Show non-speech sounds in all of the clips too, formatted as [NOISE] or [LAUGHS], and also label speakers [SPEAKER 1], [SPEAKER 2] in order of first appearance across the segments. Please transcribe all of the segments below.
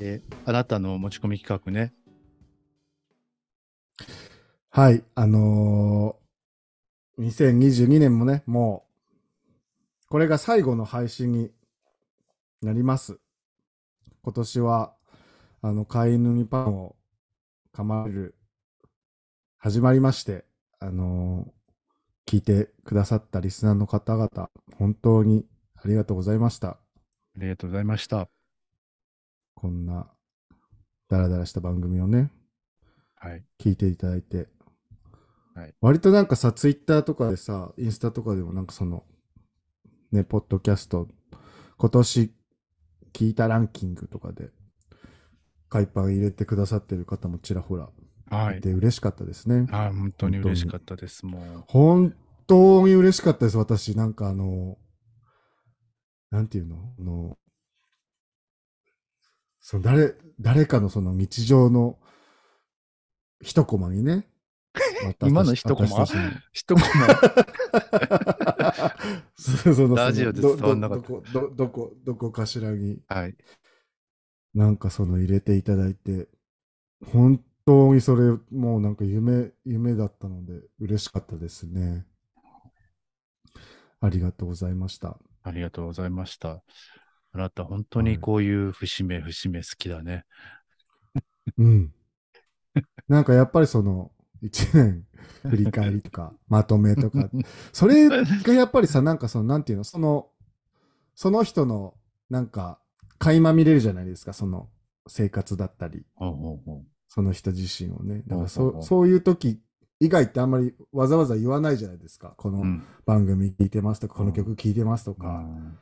[SPEAKER 1] えーあなたの持ち込み企画ね。
[SPEAKER 2] はい、あのー、2022年もね、もう、これが最後の配信になります。今年は、あの、飼い犬にパンを噛まれる、始まりまして、あのー聞いてくださったリスナーの方々、本当にありがとうございました。
[SPEAKER 1] ありがとうございました。
[SPEAKER 2] こんな、ダラダラした番組をね、
[SPEAKER 1] はい。
[SPEAKER 2] 聞いていただいて、
[SPEAKER 1] はい
[SPEAKER 2] 割となんかさツイッターとかでさインスタとかでもなんかそのねポッドキャスト今年聞いたランキングとかで海パン入れてくださってる方もちらほら
[SPEAKER 1] はいい。
[SPEAKER 2] て嬉しかったですね、
[SPEAKER 1] あー本当に嬉しかったです。もう。
[SPEAKER 2] 本当に嬉しかったです私なんかあのなんていうのあのその誰誰かのその日常の一コマにね
[SPEAKER 1] 今の一コマ
[SPEAKER 2] 私たち
[SPEAKER 1] [LAUGHS]
[SPEAKER 2] の [LAUGHS]
[SPEAKER 1] 一コ
[SPEAKER 2] そその
[SPEAKER 1] ラジオで伝わんなかった
[SPEAKER 2] どどどこどこどこかしらに
[SPEAKER 1] マ。はい。
[SPEAKER 2] なんかその入れていただいて本当にそれもうなんか夢夢だったので嬉しかったですねありがとうございました
[SPEAKER 1] ありがとうございました。あなた、本当にこういう節目、節目好きだね。
[SPEAKER 2] うんなんかやっぱりその1年振り返りとかまとめとかそれがやっぱりさなんかそのなんていうのそのその人のなんか垣間見れるじゃないですかその生活だったり
[SPEAKER 1] ほうほうほう
[SPEAKER 2] その人自身をね。だから
[SPEAKER 1] ほうほうほ
[SPEAKER 2] そうそういう時以外ってあんまりわざわざ言わないじゃないですか。こ
[SPEAKER 1] う
[SPEAKER 2] の
[SPEAKER 1] ん。
[SPEAKER 2] 番組聴いてますとか、こ
[SPEAKER 1] う
[SPEAKER 2] の
[SPEAKER 1] ん
[SPEAKER 2] 曲聴いてますと
[SPEAKER 1] う
[SPEAKER 2] か、
[SPEAKER 1] ん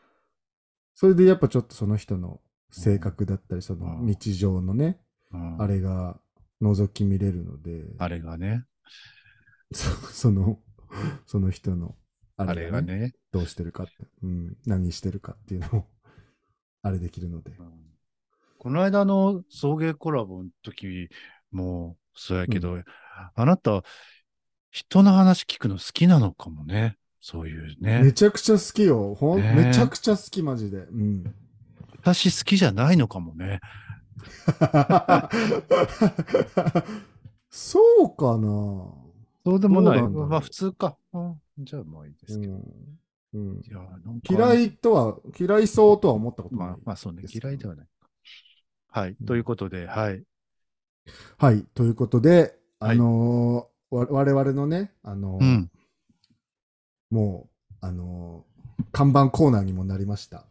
[SPEAKER 2] それでやっぱちょっとその人の性格だったり、その
[SPEAKER 1] うん
[SPEAKER 2] 日常のね、
[SPEAKER 1] うん
[SPEAKER 2] あれが覗き見れるので、
[SPEAKER 1] あれがね。
[SPEAKER 2] そ [LAUGHS] その、その人の
[SPEAKER 1] あ
[SPEAKER 2] あ
[SPEAKER 1] れ
[SPEAKER 2] れ
[SPEAKER 1] が
[SPEAKER 2] がね、
[SPEAKER 1] ね。
[SPEAKER 2] どうしてるかって、うん、何してるかっていうのを、あれできるので。
[SPEAKER 1] うんこの間の送迎コラボの時もそうやけど、あなた、人の話聞くの好きなのかもね。そういう
[SPEAKER 2] め
[SPEAKER 1] ね。
[SPEAKER 2] ちゃくちゃ好きよ。ほん、
[SPEAKER 1] ねえ
[SPEAKER 2] めちゃくちゃ好き、マジで。うん。
[SPEAKER 1] 私好きじゃないのかもね。
[SPEAKER 2] [LAUGHS] そうかな、
[SPEAKER 1] そうでもない。
[SPEAKER 2] どうなんだろう
[SPEAKER 1] まあ普通か、うんじゃあまあいいですけど。
[SPEAKER 2] うんうん
[SPEAKER 1] いやなんか
[SPEAKER 2] 嫌いとは、嫌いそうとは思ったことない。
[SPEAKER 1] まあ、まあそうね
[SPEAKER 2] で。すか
[SPEAKER 1] 嫌いではない。はい。
[SPEAKER 2] ん
[SPEAKER 1] ということで、はい。
[SPEAKER 2] はい、ということで、
[SPEAKER 1] はい
[SPEAKER 2] あのーわ我々のね、あのー
[SPEAKER 1] うん。
[SPEAKER 2] もう、あのー看板コーナーにもなり
[SPEAKER 1] [LAUGHS]
[SPEAKER 2] ました。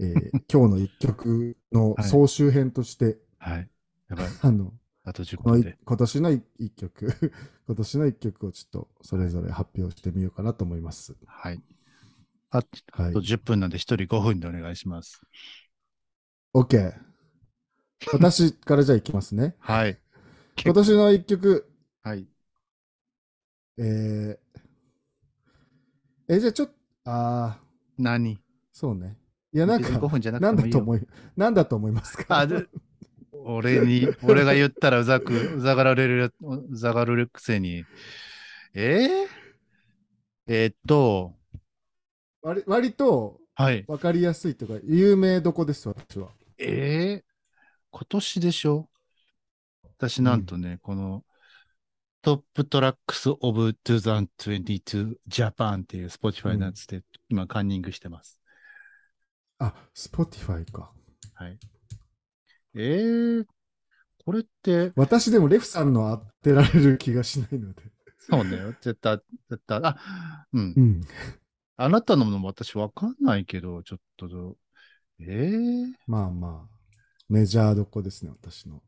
[SPEAKER 2] えー今日の一曲の
[SPEAKER 1] はい
[SPEAKER 2] 総集編として、
[SPEAKER 1] はい。やばい。
[SPEAKER 2] あの、
[SPEAKER 1] あと10
[SPEAKER 2] この
[SPEAKER 1] 分
[SPEAKER 2] い
[SPEAKER 1] で。
[SPEAKER 2] 今年の一一曲、 [LAUGHS] 今年の一曲をちょっとそれぞれ発表してみようかなと思います。
[SPEAKER 1] はい。あと
[SPEAKER 2] はい。
[SPEAKER 1] 10分なんで1人5分でお願いします。
[SPEAKER 2] OK。私からじゃあいきます
[SPEAKER 1] [LAUGHS]
[SPEAKER 2] ね。
[SPEAKER 1] はい。
[SPEAKER 2] 今年の一曲、
[SPEAKER 1] はい。
[SPEAKER 2] えー、え、じゃあちょっと、あー、
[SPEAKER 1] 何
[SPEAKER 2] そうね。いや、なん
[SPEAKER 1] 別に5
[SPEAKER 2] か、
[SPEAKER 1] 分じゃなくて
[SPEAKER 2] なん
[SPEAKER 1] も
[SPEAKER 2] だ
[SPEAKER 1] いい
[SPEAKER 2] と
[SPEAKER 1] よ。
[SPEAKER 2] 思い、なんだと思いますか
[SPEAKER 1] あで俺 [LAUGHS] に、俺が言ったらうざく、うざがられるや、うざがられるくせに。えー、えーっと、
[SPEAKER 2] [LAUGHS] 割割と
[SPEAKER 1] はい。
[SPEAKER 2] 分かりやすいというか、有名どこです、私は。
[SPEAKER 1] えー、今年でしょ私なんとね、このトップトラックスオブ2022ジャパンっていう Spotify のやつで今カンニングしてます。
[SPEAKER 2] あ、Spotify か。
[SPEAKER 1] えー、これって、
[SPEAKER 2] 私でもレフさんの当てられる気がしないので。
[SPEAKER 1] そう [LAUGHS] ね、絶対、絶対、あ、うん
[SPEAKER 2] う、ん。
[SPEAKER 1] あなたのも私わかんないけど、ちょっとどう、えー、
[SPEAKER 2] まあまあ、メジャーどこですね、私の。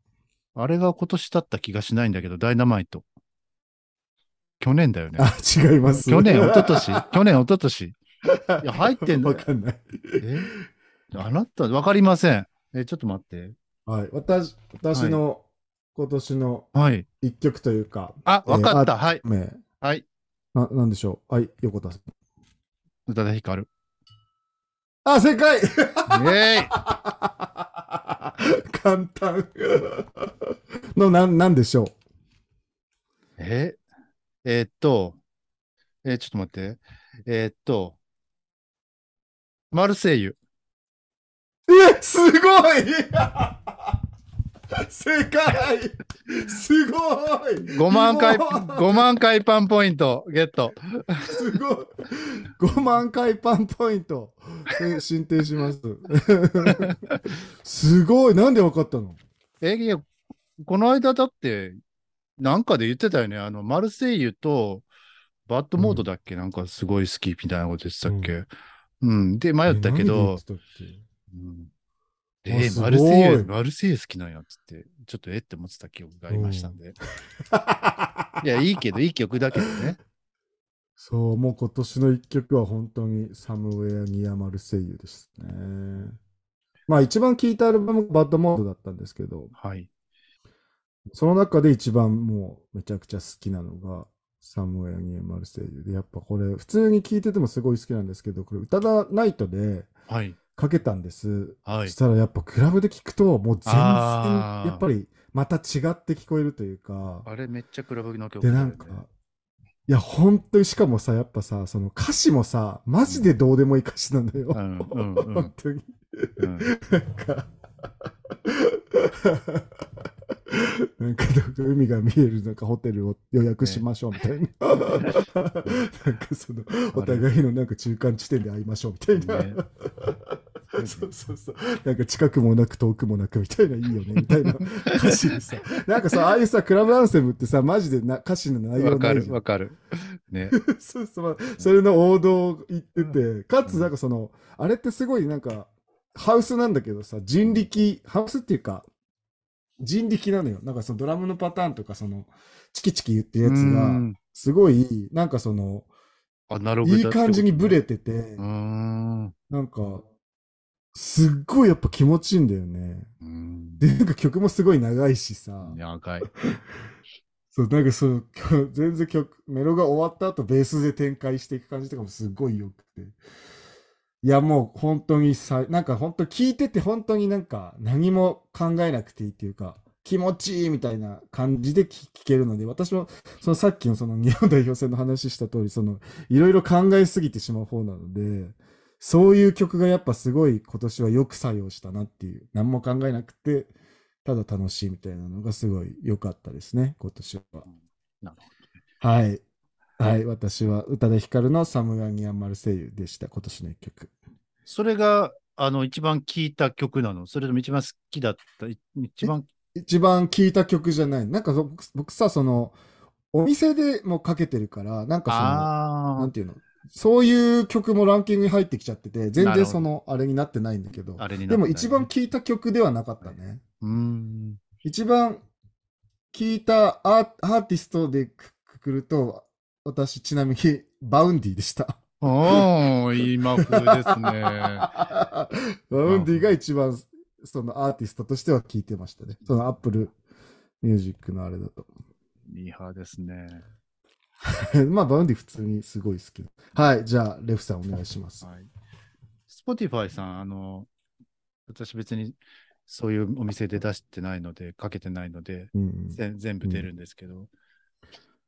[SPEAKER 1] あれが今年だった気がしないんだけど、ダイナマイト。去年だよね。
[SPEAKER 2] あ、違います。
[SPEAKER 1] 去年、一昨年 [LAUGHS] 去年、一昨年いや、入ってんだ
[SPEAKER 2] [LAUGHS] わ
[SPEAKER 1] よ。
[SPEAKER 2] かんない。
[SPEAKER 1] え [LAUGHS] あなた、わかりません。え、ちょっと待って。
[SPEAKER 2] はい。私、私の今年の
[SPEAKER 1] はい。
[SPEAKER 2] 一曲というか、
[SPEAKER 1] あ、
[SPEAKER 2] えー
[SPEAKER 1] わかった。
[SPEAKER 2] あ
[SPEAKER 1] はい。
[SPEAKER 2] 名
[SPEAKER 1] はい。
[SPEAKER 2] な、なんでしょう。はい、横田さん。
[SPEAKER 1] 宇多田ヒカ [LAUGHS] ル。
[SPEAKER 2] あ、正解 [LAUGHS]
[SPEAKER 1] えい
[SPEAKER 2] 簡単の、なん、なんでしょう。
[SPEAKER 1] ええーっと、えーちょっと待って。えーっと、マルセイユ。
[SPEAKER 2] え、すごい [LAUGHS] 正解すごい
[SPEAKER 1] 5万回、
[SPEAKER 2] もう
[SPEAKER 1] 5万回パンポイントゲット。
[SPEAKER 2] すごい !5 万回パンポイントえ進呈します。
[SPEAKER 1] [LAUGHS]
[SPEAKER 2] すごいなんでわかったの
[SPEAKER 1] え、いや、この間だって、なんかで言ってたよね。あの、マルセイユと、バッドモードだっけ、なんかすごい好きみたいなこと言ってたっけ、うん、で、迷ったけど、
[SPEAKER 2] え何で言って
[SPEAKER 1] うん
[SPEAKER 2] あ
[SPEAKER 1] え
[SPEAKER 2] すご
[SPEAKER 1] マ
[SPEAKER 2] い
[SPEAKER 1] ルセイユ、マルセイユ好きなんやっつって、ちょっとえって思ってた記憶がありましたん
[SPEAKER 2] [LAUGHS]
[SPEAKER 1] で。
[SPEAKER 2] たっけ
[SPEAKER 1] いや、いいけど、いい曲だけどね。
[SPEAKER 2] そう、もう今年の一曲は本当にサムウェア・ニア・マルセイユですね。まあ一番聴いたアルバムがバッドモードだったんですけど、
[SPEAKER 1] [LAUGHS] はい。
[SPEAKER 2] その中で一番もうめちゃくちゃ好きなのが、サムウェア・ニア・マルセイユで、やっぱこれ普通に聴いててもすごい好きなんですけど、これ歌田ナイトで
[SPEAKER 1] はい。
[SPEAKER 2] かけたんです。
[SPEAKER 1] はい
[SPEAKER 2] し。たらやっぱクラブで聴くともう全然
[SPEAKER 1] あー
[SPEAKER 2] やっぱりまた違って聞こえるというか、
[SPEAKER 1] あれめっちゃクラブの曲だ
[SPEAKER 2] で
[SPEAKER 1] よね
[SPEAKER 2] なんか、いや本当にしかもさやっぱさその歌詞もさマジでどうでもいい歌詞なんだよ、
[SPEAKER 1] うんうんうん
[SPEAKER 2] 本当に [LAUGHS]
[SPEAKER 1] うん
[SPEAKER 2] なんかなんかなんか海が見えるなんかホテルを予約しましょうみたいな、
[SPEAKER 1] [LAUGHS]
[SPEAKER 2] なんかそのお互いのなんか中間地点で会いましょうみたいな、
[SPEAKER 1] ね
[SPEAKER 2] [LAUGHS] そうそうそうなんか近くもなく遠くもなくみたいないいよねみ
[SPEAKER 1] [LAUGHS]
[SPEAKER 2] たいな歌詞でさなんかさああいうさクラブアンセムってさマジでな歌詞の内容
[SPEAKER 1] わか
[SPEAKER 2] ない
[SPEAKER 1] る
[SPEAKER 2] じゃん
[SPEAKER 1] わかる。ね。
[SPEAKER 2] [LAUGHS] そうそう、まあそれの王道を言ってて、かつ、なんかその、あれってすごいなんか、ハウスなんだけどさ、人力、ハウスっていうか、人力なのよ。なんかそのドラムのパターンとか、その、チキチキ言ってるやつ
[SPEAKER 1] う
[SPEAKER 2] が、
[SPEAKER 1] ん
[SPEAKER 2] すごい、なんかその、
[SPEAKER 1] アナログだ
[SPEAKER 2] い
[SPEAKER 1] っ
[SPEAKER 2] い
[SPEAKER 1] てことね
[SPEAKER 2] 感じにブレてて、
[SPEAKER 1] うーん。う
[SPEAKER 2] なんか、すっごいやっぱ気持ちいいんだよね。
[SPEAKER 1] ーん
[SPEAKER 2] で、なんか曲もすごい長いしさ、
[SPEAKER 1] 長い。
[SPEAKER 2] そう、なんかその、曲 [LAUGHS] 全然曲、メロが終わった後、ベースで展開していく感じとかもすごい良くて。いや、もう本当にさ、なんか本当聞いてて本当になんか何も考えなくていいっていうか、気持ちいいみたいな感じで聞聞けるので、私もそのさっきのその日本代表戦の話した通り、そのいろいろ考えすぎてしまう方なので、そういう曲がやっぱすごい今年はよく作用したなっていう、何も考えなくて、ただ楽しいみたいなのがすごい良かったですね、今年は。
[SPEAKER 1] なる
[SPEAKER 2] はい。はい、私は宇多田ヒカルのサムガニアンマルセイユでした、今年の一曲。
[SPEAKER 1] それが、あの、一番聴いた曲なのそれとも一番好きだったい一番、
[SPEAKER 2] 一番聴いた曲じゃない。なんかそ僕僕さ、その、お店でもかけてるから、なんかその、な
[SPEAKER 1] あ
[SPEAKER 2] んていうの、そういう曲もランキングに入ってきちゃってて、全
[SPEAKER 1] なる
[SPEAKER 2] 然
[SPEAKER 1] ほど
[SPEAKER 2] その、あれになってないんだけど
[SPEAKER 1] あ、、あれになっ
[SPEAKER 2] で
[SPEAKER 1] たね
[SPEAKER 2] も一番、聴いた曲ではなかったね。
[SPEAKER 1] うーん。
[SPEAKER 2] 一番聴いたアーアーティストでくくくると、私、ちなみに、 [LAUGHS] バウンディでした。
[SPEAKER 1] おー、今風ですね。
[SPEAKER 2] [LAUGHS]
[SPEAKER 1] [LAUGHS]
[SPEAKER 2] バウンディが一番そのアーティストとしては聞いてましたね。そのアップルミュージックのあれだと。 [LAUGHS]
[SPEAKER 1] ミーハーですね。
[SPEAKER 2] まあバウンディ普通にすごい好き。はい、じゃあレフさんお願いします。
[SPEAKER 1] はい。Spotify さん、あの、私別にそういうお店で出してないので、かけてないので、
[SPEAKER 2] うん
[SPEAKER 1] ぜん全部出るんですけど、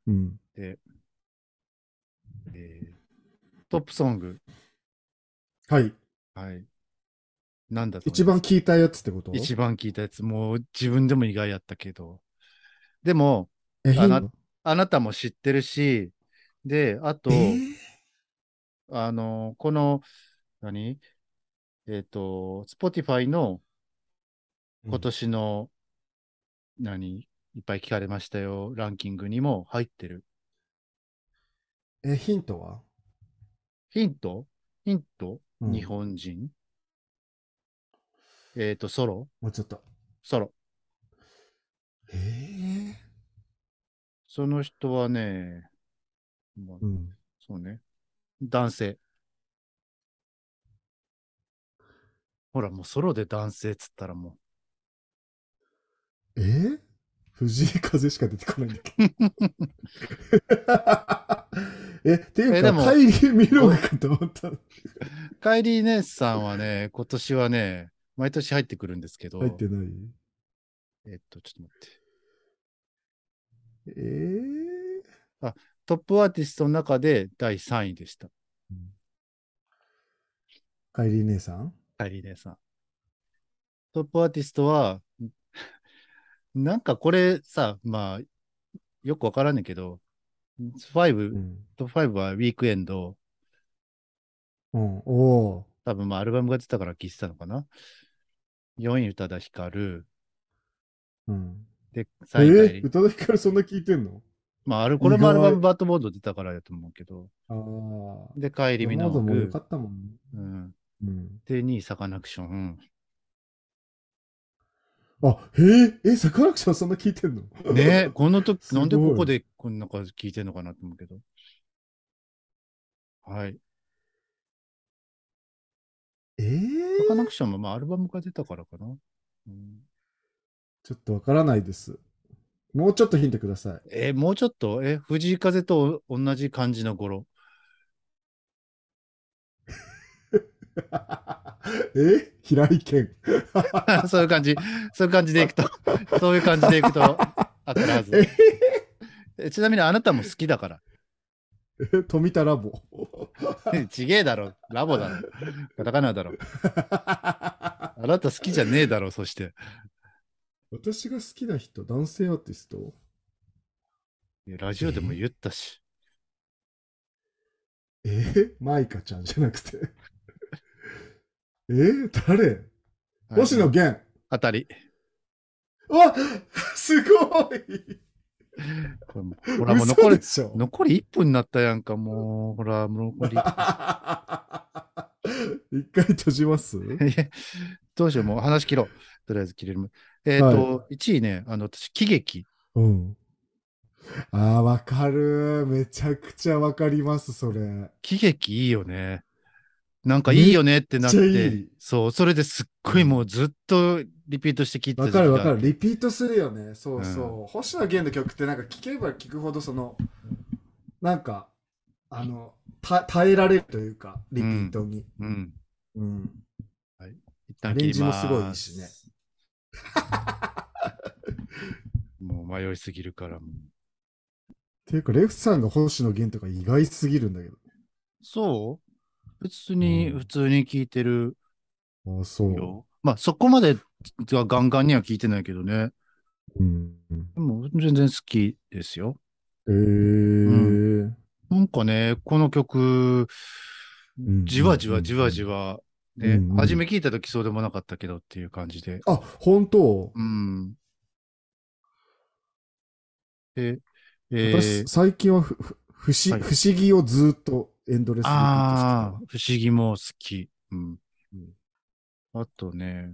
[SPEAKER 2] うん、
[SPEAKER 1] えートップソング、
[SPEAKER 2] はい、
[SPEAKER 1] はい。なんだと思います
[SPEAKER 2] 一番聞いたやつってこと
[SPEAKER 1] 一番聞いたやつ、もう自分でも意外やったけど。でも、
[SPEAKER 2] え
[SPEAKER 1] あな
[SPEAKER 2] 変な
[SPEAKER 1] あなたも知ってるし、で、あと、
[SPEAKER 2] えー
[SPEAKER 1] あの、この、何えっ、と、Spotify の今年の、何いっぱい聞かれましたよ、ランキングにも入ってる。
[SPEAKER 2] えヒントは、
[SPEAKER 1] ヒントヒント、
[SPEAKER 2] うん
[SPEAKER 1] 日本人えっ、と、ソロ
[SPEAKER 2] もうちょっと。
[SPEAKER 1] ソロ。
[SPEAKER 2] えー
[SPEAKER 1] その人はね、まあ
[SPEAKER 2] うん、
[SPEAKER 1] そうね。男性。ほら、もうソロで男性っつったらも
[SPEAKER 2] えー藤井風しか出てこないんだけ [LAUGHS] ど。え、っていう
[SPEAKER 1] えで
[SPEAKER 2] か、
[SPEAKER 1] も
[SPEAKER 2] カイリー・ミロかと思った。
[SPEAKER 1] う。カイリー・ネースさんはね、今年はね、毎年入ってくるんですけど、
[SPEAKER 2] 入ってない
[SPEAKER 1] えっと、ちょっと待って。
[SPEAKER 2] えー、
[SPEAKER 1] トップアーティストの中で第3位でした。
[SPEAKER 2] カイリー姉さん
[SPEAKER 1] カイリー・ネースさん。トップアーティストは、なんかこれさ、まあ、よくわからんねんけど、
[SPEAKER 2] う
[SPEAKER 1] 5、
[SPEAKER 2] ん。
[SPEAKER 1] トップ5はウィークエンド、
[SPEAKER 2] うん、おー
[SPEAKER 1] 多分まあアルバムが出たから聴いてたのかな。4位、宇多田ヒカル。
[SPEAKER 2] うん。
[SPEAKER 1] で、
[SPEAKER 2] え
[SPEAKER 1] 最大、
[SPEAKER 2] ー、宇多田ヒカルそんな聞いてんの
[SPEAKER 1] まあ、ある、これもアルバ
[SPEAKER 2] 意
[SPEAKER 1] ム
[SPEAKER 2] 外
[SPEAKER 1] バッドボード出たからやと思うけど。
[SPEAKER 2] ああ。
[SPEAKER 1] で、帰り見
[SPEAKER 2] モ
[SPEAKER 1] の
[SPEAKER 2] ードも良
[SPEAKER 1] グ
[SPEAKER 2] か、ったもんね。
[SPEAKER 1] うん。
[SPEAKER 2] うん。
[SPEAKER 1] で、2位、サカナクショ
[SPEAKER 2] [LAUGHS]
[SPEAKER 1] ン。
[SPEAKER 2] あ、へえ、え、サカナクションそんな聞いてんの
[SPEAKER 1] ねこの時、
[SPEAKER 2] すごい
[SPEAKER 1] なんでここでこんな感じ聞いてんのかなと思うけど。はい。
[SPEAKER 2] [LAUGHS] えー
[SPEAKER 1] サカナクションもまあアルバムが出たからかな。うん
[SPEAKER 2] ちょっとわからないです。もうちょっとヒントください。 [LAUGHS]
[SPEAKER 1] えーもうちょっと、え、藤井風とお同じ感じの頃。
[SPEAKER 2] [LAUGHS] え平井堅。
[SPEAKER 1] そういう感じ、そういう感じでいくと、そういう感じでいくと、当たるはず。えちなみにあなたも好きだから。
[SPEAKER 2] え富田ラボ。
[SPEAKER 1] ちげえだろ、ラボだろ、カタカナだろ。あなた好きじゃねえだろ、そして。
[SPEAKER 2] 私が好きな人、男性アーティスト
[SPEAKER 1] いやラジオでも言ったし。
[SPEAKER 2] えマイカちゃんじゃなくて。え誰
[SPEAKER 1] はい
[SPEAKER 2] 星野源。
[SPEAKER 1] 当たり。
[SPEAKER 2] あすごい
[SPEAKER 1] これもほら、もう
[SPEAKER 2] 嘘
[SPEAKER 1] 残り
[SPEAKER 2] で、しょ
[SPEAKER 1] 残り1分になったやんか、もう、ほら、もう残り。
[SPEAKER 2] [LAUGHS] 一回閉じます
[SPEAKER 1] いや [LAUGHS] どうしよう、もう話切ろう。とりあえず切れる。えっ、と、1位ね、あの、私、喜劇。
[SPEAKER 2] うん。ああ、わかる。めちゃくちゃわかります、それ。
[SPEAKER 1] 喜劇いいよね。なんかいいよねってなって、
[SPEAKER 2] めっちゃいい
[SPEAKER 1] そう、それですっごいもうずっとリピートして聞いてた
[SPEAKER 2] わ
[SPEAKER 1] 時が
[SPEAKER 2] かるわかる。リピートするよね。そうそう。星野源の曲ってなんか聴けば聴くほど、その、なんか、あの、た耐えられるというか、リピートに。
[SPEAKER 1] うん。
[SPEAKER 2] うん。
[SPEAKER 1] 一旦切ります。
[SPEAKER 2] アレンジもすごいいいしね。 [LAUGHS]
[SPEAKER 1] もう迷いすぎるからもう。
[SPEAKER 2] ていうか、レフさんが星野源とか意外すぎるんだけ
[SPEAKER 1] そう別に、
[SPEAKER 2] うん
[SPEAKER 1] 普通に聞いてる
[SPEAKER 2] ど。ああ、そ
[SPEAKER 1] よ。まあそこまではガンガンには聞いてないけどね。
[SPEAKER 2] う。うん。
[SPEAKER 1] でも全然好きですよ。
[SPEAKER 2] ええー。
[SPEAKER 1] なんかね、この曲、
[SPEAKER 2] ん
[SPEAKER 1] じわじわじわじわ、ね、
[SPEAKER 2] うんうん
[SPEAKER 1] 初め聞いた時そうでもなかったけどっていう感じで。
[SPEAKER 2] あ、本当
[SPEAKER 1] うん。で、えー
[SPEAKER 2] 私、最近はふ、ふ、不思
[SPEAKER 1] はい
[SPEAKER 2] 不思議をずーっとエンドレスリピー
[SPEAKER 1] あ
[SPEAKER 2] ト
[SPEAKER 1] あ
[SPEAKER 2] して、
[SPEAKER 1] 不思議も好き。うん
[SPEAKER 2] うん。
[SPEAKER 1] あとね、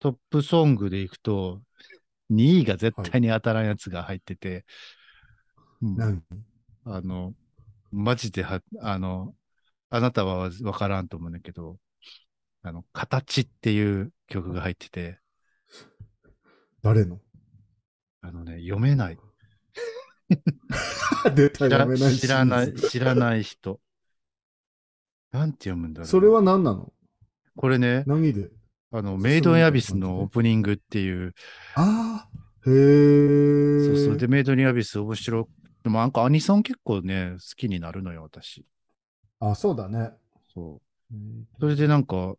[SPEAKER 1] トップソングでいくと、2位が絶対に当たらんやつが入ってて、うん
[SPEAKER 2] た。何
[SPEAKER 1] あの、マジでは、あの、あなたはわからんと思うんだけど、あの、形っていう曲が入ってて、
[SPEAKER 2] 誰の [LAUGHS]
[SPEAKER 1] あのね、読めない。
[SPEAKER 2] 出た
[SPEAKER 1] 知ら
[SPEAKER 2] やめない
[SPEAKER 1] 知らな
[SPEAKER 2] シ
[SPEAKER 1] い、
[SPEAKER 2] リーズ
[SPEAKER 1] 知らない人。なんて読むんだろう。
[SPEAKER 2] それは何なの
[SPEAKER 1] これね、
[SPEAKER 2] 何で
[SPEAKER 1] あの、
[SPEAKER 2] そう
[SPEAKER 1] メイド・イン・アビス
[SPEAKER 2] そういう
[SPEAKER 1] の
[SPEAKER 2] 感じね
[SPEAKER 1] オープニングっていう、
[SPEAKER 2] ああ、へえ。
[SPEAKER 1] そうそう、で、メイド・イン・アビス面白くでもなんかアニソン結構ね、好きになるのよ、私。
[SPEAKER 2] あ、そうだね。
[SPEAKER 1] そうう。それでなんか、う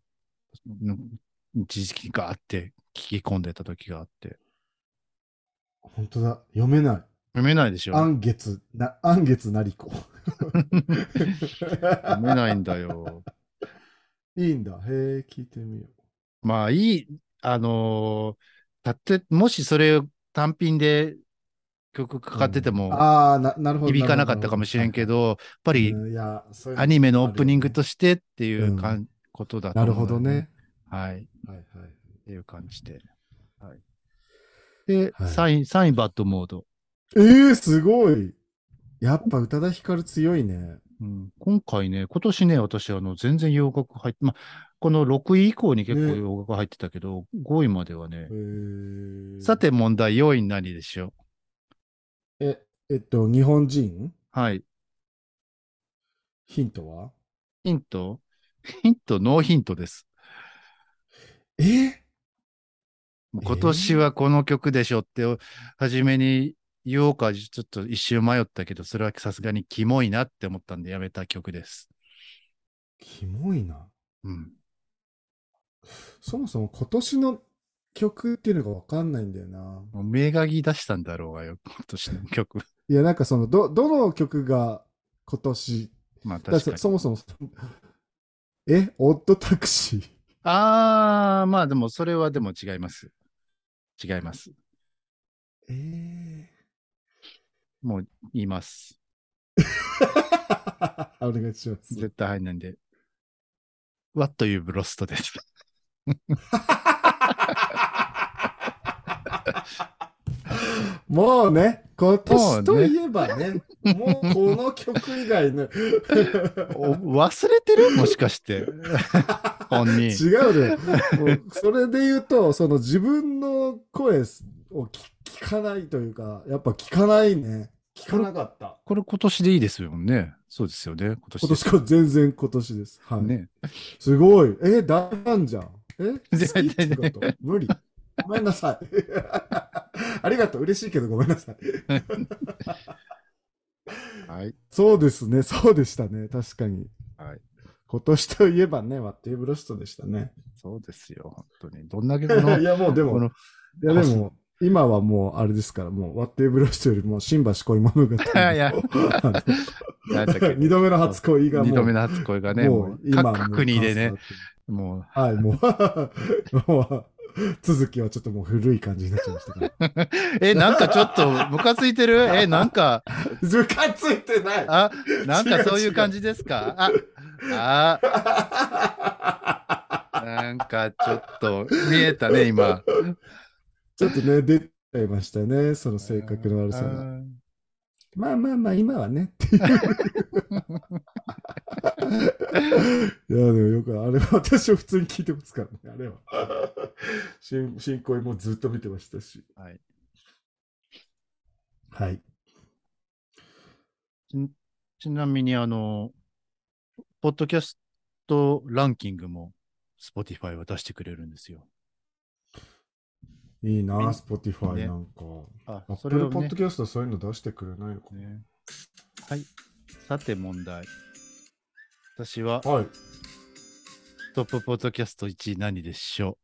[SPEAKER 1] ん一時期ガーって聞き込んでた時があって。
[SPEAKER 2] 本当だ。読めない。
[SPEAKER 1] 読めないでしょ
[SPEAKER 2] 安月な、安月なり
[SPEAKER 1] [LAUGHS]
[SPEAKER 2] こ。
[SPEAKER 1] 読めないんだ
[SPEAKER 2] [LAUGHS]
[SPEAKER 1] よ。
[SPEAKER 2] いいんだ。へえ、聞いてみよ
[SPEAKER 1] まあ、いい、あのーだって、もしそれ単品で曲
[SPEAKER 2] う。
[SPEAKER 1] かかってても、
[SPEAKER 2] ああ、ななるほど。
[SPEAKER 1] 響かなかったかもしれんけ
[SPEAKER 2] やっ
[SPEAKER 1] ど、やっぱり
[SPEAKER 2] いや、そういうの
[SPEAKER 1] アニメの
[SPEAKER 2] あ
[SPEAKER 1] オ
[SPEAKER 2] る
[SPEAKER 1] ー
[SPEAKER 2] よ
[SPEAKER 1] プニング
[SPEAKER 2] ね
[SPEAKER 1] としてっていう
[SPEAKER 2] うん
[SPEAKER 1] かんことだと
[SPEAKER 2] な
[SPEAKER 1] 思
[SPEAKER 2] る
[SPEAKER 1] う
[SPEAKER 2] ほど
[SPEAKER 1] んだよ
[SPEAKER 2] ね。。
[SPEAKER 1] はい。っ
[SPEAKER 2] はいはい。
[SPEAKER 1] ていう感じで。はい、で、
[SPEAKER 2] はい
[SPEAKER 1] 3位、3位バッドモード。
[SPEAKER 2] えー、すごいやっぱ宇多田ヒカル強いね。
[SPEAKER 1] うん、今回ね、今年ね、私、あの、全然洋楽入って、まあ、この6位以降に結構
[SPEAKER 2] ね
[SPEAKER 1] 洋楽入ってたけど、5位まではね
[SPEAKER 2] え。ー
[SPEAKER 1] さ、て問題、4位何でしょ
[SPEAKER 2] え、えっと、日本人
[SPEAKER 1] うはい。
[SPEAKER 2] ヒントは
[SPEAKER 1] ヒントヒント、ノーヒントです。
[SPEAKER 2] えー
[SPEAKER 1] もう今年はこの曲でしょって、初めに言おうか、ちょっと一瞬迷ったけど、それはさすがにキモいなって思ったんでやめた曲です。
[SPEAKER 2] キモいな。
[SPEAKER 1] うん。
[SPEAKER 2] そもそも今年の曲っていうのがわかんないんだよな。
[SPEAKER 1] もうメガギ出したんだろうがよ、今年の曲。
[SPEAKER 2] いや、なんかその、ど、どの曲が今年、
[SPEAKER 1] まあ
[SPEAKER 2] だから
[SPEAKER 1] 確
[SPEAKER 2] そ
[SPEAKER 1] かに。
[SPEAKER 2] そもそもその、え、オッドタクシー。
[SPEAKER 1] ああ、まあでもそれはでも違います。違います。
[SPEAKER 2] ええ
[SPEAKER 1] もう言います。
[SPEAKER 2] [LAUGHS] お願いします。
[SPEAKER 1] 絶対入んないんで。What you lost です。
[SPEAKER 2] もうね、今年といえばね、もうこの曲以外 [LAUGHS] の
[SPEAKER 1] [LAUGHS] お忘れて [LAUGHS] るもしかして。本人。
[SPEAKER 2] 違うのよ。もうそれで言うと、その自分の声を聞聞かないというか、やっぱ聞かないね。聞かなかった。
[SPEAKER 1] これ今年でいいですよね。そうですよね。今年
[SPEAKER 2] 今年か全然今年です。はい。
[SPEAKER 1] ね。
[SPEAKER 2] すごい。え、大ファンじゃん。
[SPEAKER 1] [LAUGHS]
[SPEAKER 2] え、
[SPEAKER 1] で
[SPEAKER 2] 好きってこと無理。ごめんなさい。 [LAUGHS] ありがとう。嬉しいけどごめんなさい。
[SPEAKER 1] はい。
[SPEAKER 2] そうですね。そうでしたね。確かに。
[SPEAKER 1] はい。
[SPEAKER 2] 今年といえばね、ワッテーブロストでしたね。
[SPEAKER 1] そうですよ。本当に。どんだけこの、
[SPEAKER 2] いや、もうで
[SPEAKER 1] こ
[SPEAKER 2] も、
[SPEAKER 1] の、
[SPEAKER 2] いや、でも、今はもう、あれですから、もう、ワッテーブロストよりも、新橋恋物語。
[SPEAKER 1] いやいやな
[SPEAKER 2] あ
[SPEAKER 1] んだっ
[SPEAKER 2] の
[SPEAKER 1] け
[SPEAKER 2] 二度目の初恋がもう、
[SPEAKER 1] [LAUGHS] 二度目の初恋がね、もう
[SPEAKER 2] 今
[SPEAKER 1] 各国でね、。も
[SPEAKER 2] はい、もう、もう、続きはちょっともう古い感じになっちゃいましたから。
[SPEAKER 1] う、え、なんかちょっとムカついてるえ、なんか、
[SPEAKER 2] ムカついてない [LAUGHS]
[SPEAKER 1] あ、なんかそういう感じですかあ、あ、なんかちょっと見えたね、今。
[SPEAKER 2] ちょっとね、出ちゃいましたね、その性格の悪さが。
[SPEAKER 1] あー
[SPEAKER 2] まあまあまあ、今は [LAUGHS] ねっていう。いや、でもよく、あれは私は普通に聞いてますからね、あれは。新新恋もずっと見てましたし。
[SPEAKER 1] はい。
[SPEAKER 2] はい。
[SPEAKER 1] ちなみに、あの、ポッドキャストランキングも Spotify は出してくれるんですよ。
[SPEAKER 2] いいな、
[SPEAKER 1] ね
[SPEAKER 2] Spotify なんか。
[SPEAKER 1] あ、それ
[SPEAKER 2] Apple
[SPEAKER 1] を、ね
[SPEAKER 2] Podcast はそういうの出してくれないのか
[SPEAKER 1] ねはい。さて問題。私は
[SPEAKER 2] な。はい。
[SPEAKER 1] トップポッドキャスト1位何でしょ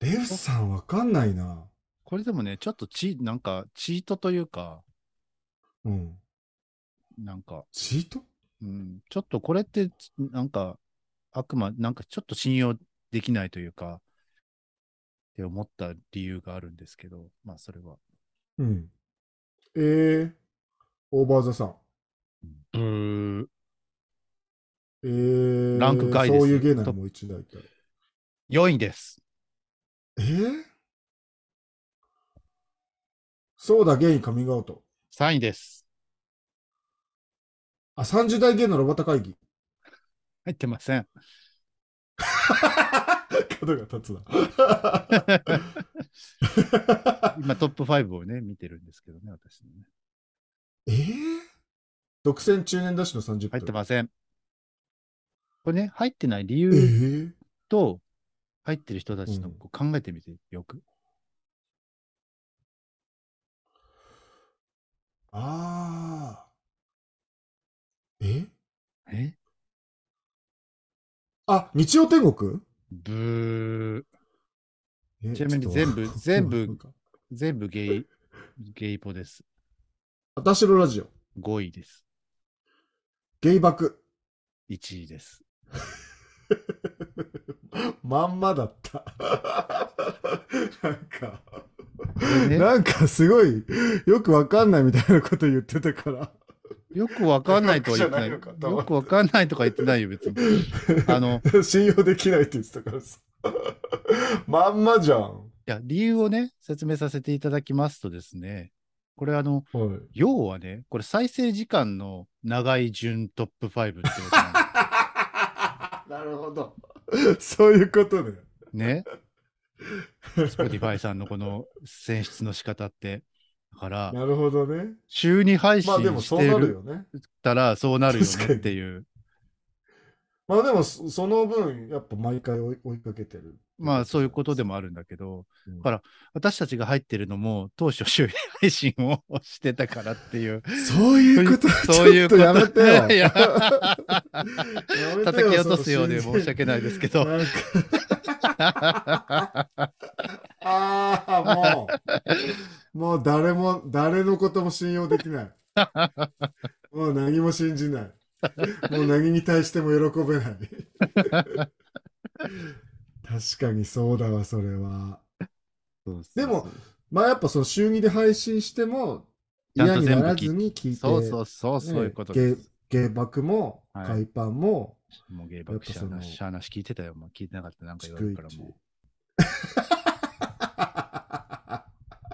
[SPEAKER 2] レフさんわかんないな。
[SPEAKER 1] うこれでもね、ちょっとチー、なんかチートというか、
[SPEAKER 2] うん。
[SPEAKER 1] なんか、
[SPEAKER 2] チート
[SPEAKER 1] うん、ちょっとこれって、なんか、あくま、なんかちょっと信用できないというか、って思った理由があるんですけど、まあそれは。
[SPEAKER 2] うん。えー、オーバーザさん。
[SPEAKER 1] ブー。
[SPEAKER 2] えー、
[SPEAKER 1] ランク外です
[SPEAKER 2] そういう芸ならもう一台いたい
[SPEAKER 1] 4位です。
[SPEAKER 2] えー、そうだ、ゲインカミングアウト。
[SPEAKER 1] 3位です。
[SPEAKER 2] あ、30代ゲイのロバ
[SPEAKER 1] [LAUGHS]
[SPEAKER 2] タ会議。
[SPEAKER 1] 入ってません。
[SPEAKER 2] 角が立
[SPEAKER 1] [LAUGHS]
[SPEAKER 2] つな。
[SPEAKER 1] 今トップ5をね、見てるんですけどね、私ね。
[SPEAKER 2] えー、独占中年ダッシュの30分。
[SPEAKER 1] 入ってません。これね、入ってない理
[SPEAKER 2] え
[SPEAKER 1] 由
[SPEAKER 2] ー、
[SPEAKER 1] と、入ってる人たちの
[SPEAKER 2] うん
[SPEAKER 1] こう考えてみて、よく。
[SPEAKER 2] あー。え
[SPEAKER 1] え
[SPEAKER 2] あ、日曜天国
[SPEAKER 1] ブ
[SPEAKER 2] え
[SPEAKER 1] ちなみに
[SPEAKER 2] ょっと
[SPEAKER 1] 全部全部
[SPEAKER 2] なんか
[SPEAKER 1] ー。全部ゲイ、 [LAUGHS] ゲイポです。
[SPEAKER 2] 私のラジオ。
[SPEAKER 1] 5位です。
[SPEAKER 2] ゲイバク。 [LAUGHS]
[SPEAKER 1] 1位です。
[SPEAKER 2] まんまだった。なんか、
[SPEAKER 1] ね
[SPEAKER 2] なんかすごい、よくわかんないみたいなこと言ってたから。
[SPEAKER 1] よくわかんないとは言ってない。
[SPEAKER 2] よく [LAUGHS] じゃないのかと
[SPEAKER 1] よ
[SPEAKER 2] 思った
[SPEAKER 1] くわかんないとか言ってないよ、別に。 [LAUGHS] あの、い
[SPEAKER 2] [LAUGHS] 信用できないって言ってたからさ。 [LAUGHS] まんまじゃん。
[SPEAKER 1] や、理由をね、説明させていただきますとですね、これあの、
[SPEAKER 2] はい。
[SPEAKER 1] 要はね、これ再生時間の長い順トップ5ってことなんで
[SPEAKER 2] [LAUGHS] なるほど。そういうことね。
[SPEAKER 1] す
[SPEAKER 2] [LAUGHS]
[SPEAKER 1] ね。Spotify さんのこの選出の仕方って。だから、
[SPEAKER 2] なるほどね。
[SPEAKER 1] 週に配信
[SPEAKER 2] まあでも
[SPEAKER 1] し
[SPEAKER 2] そう
[SPEAKER 1] て
[SPEAKER 2] なる
[SPEAKER 1] る
[SPEAKER 2] よね。
[SPEAKER 1] ったらそうなるよ
[SPEAKER 2] 確
[SPEAKER 1] ね
[SPEAKER 2] か
[SPEAKER 1] っ
[SPEAKER 2] に
[SPEAKER 1] ていう。
[SPEAKER 2] まあでもそその分、やっぱ毎回追い追いかけてる。
[SPEAKER 1] まあそういうことでもあるんだけど、
[SPEAKER 2] うん
[SPEAKER 1] ほら私たちが入ってるのも当初周囲配信をしてたからって
[SPEAKER 2] [LAUGHS]
[SPEAKER 1] いう。
[SPEAKER 2] そういうこと、
[SPEAKER 1] そういう
[SPEAKER 2] [LAUGHS] ち
[SPEAKER 1] こと
[SPEAKER 2] ょっとやめてよ。
[SPEAKER 1] [LAUGHS] いや
[SPEAKER 2] やめてよ
[SPEAKER 1] 叩き落とすようで申し訳
[SPEAKER 2] い
[SPEAKER 1] ないですけど。
[SPEAKER 2] なんか [LAUGHS] ああ、もう、もう誰も、誰のことも信用できない。もう何も信じない。もう何に対しても喜べない。確かにそうだわ、それは。でも、まあやっぱその週2で配信しても、
[SPEAKER 1] ちゃんと
[SPEAKER 2] 嫌に
[SPEAKER 1] 全
[SPEAKER 2] な
[SPEAKER 1] 部
[SPEAKER 2] ら
[SPEAKER 1] 聞い
[SPEAKER 2] ずに聞いて、
[SPEAKER 1] そうそうそう、そういうことです。
[SPEAKER 2] ゲーバクも、
[SPEAKER 1] はい
[SPEAKER 2] 海パンも、
[SPEAKER 1] もうゲイバックしゃあなし、しゃあなし聞いてたよ。もう聞いてなかった。なんか言われるからもう。
[SPEAKER 2] [LAUGHS]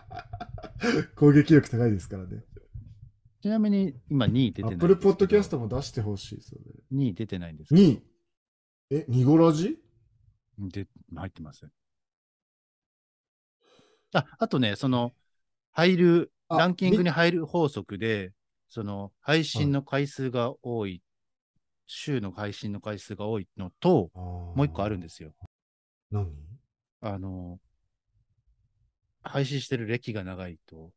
[SPEAKER 2] 攻撃力高いですからね。
[SPEAKER 1] ちなみに今2位出て
[SPEAKER 2] ア
[SPEAKER 1] ない
[SPEAKER 2] ッ
[SPEAKER 1] んですけ
[SPEAKER 2] プ
[SPEAKER 1] ど。
[SPEAKER 2] ルポッドキャストも出してほしい、それ。
[SPEAKER 1] 2位出てないんですけど
[SPEAKER 2] 2位。え、ニゴラジ
[SPEAKER 1] で、入ってません。あ、あとね、その、入る、
[SPEAKER 2] あ
[SPEAKER 1] ランキングに
[SPEAKER 2] み
[SPEAKER 1] 入る法則で、その、配信の回数が多い、週の配信の回数が多いのと、も
[SPEAKER 2] も
[SPEAKER 1] う一個あるんですよ。
[SPEAKER 2] 何
[SPEAKER 1] あの、配信してる歴が長いと、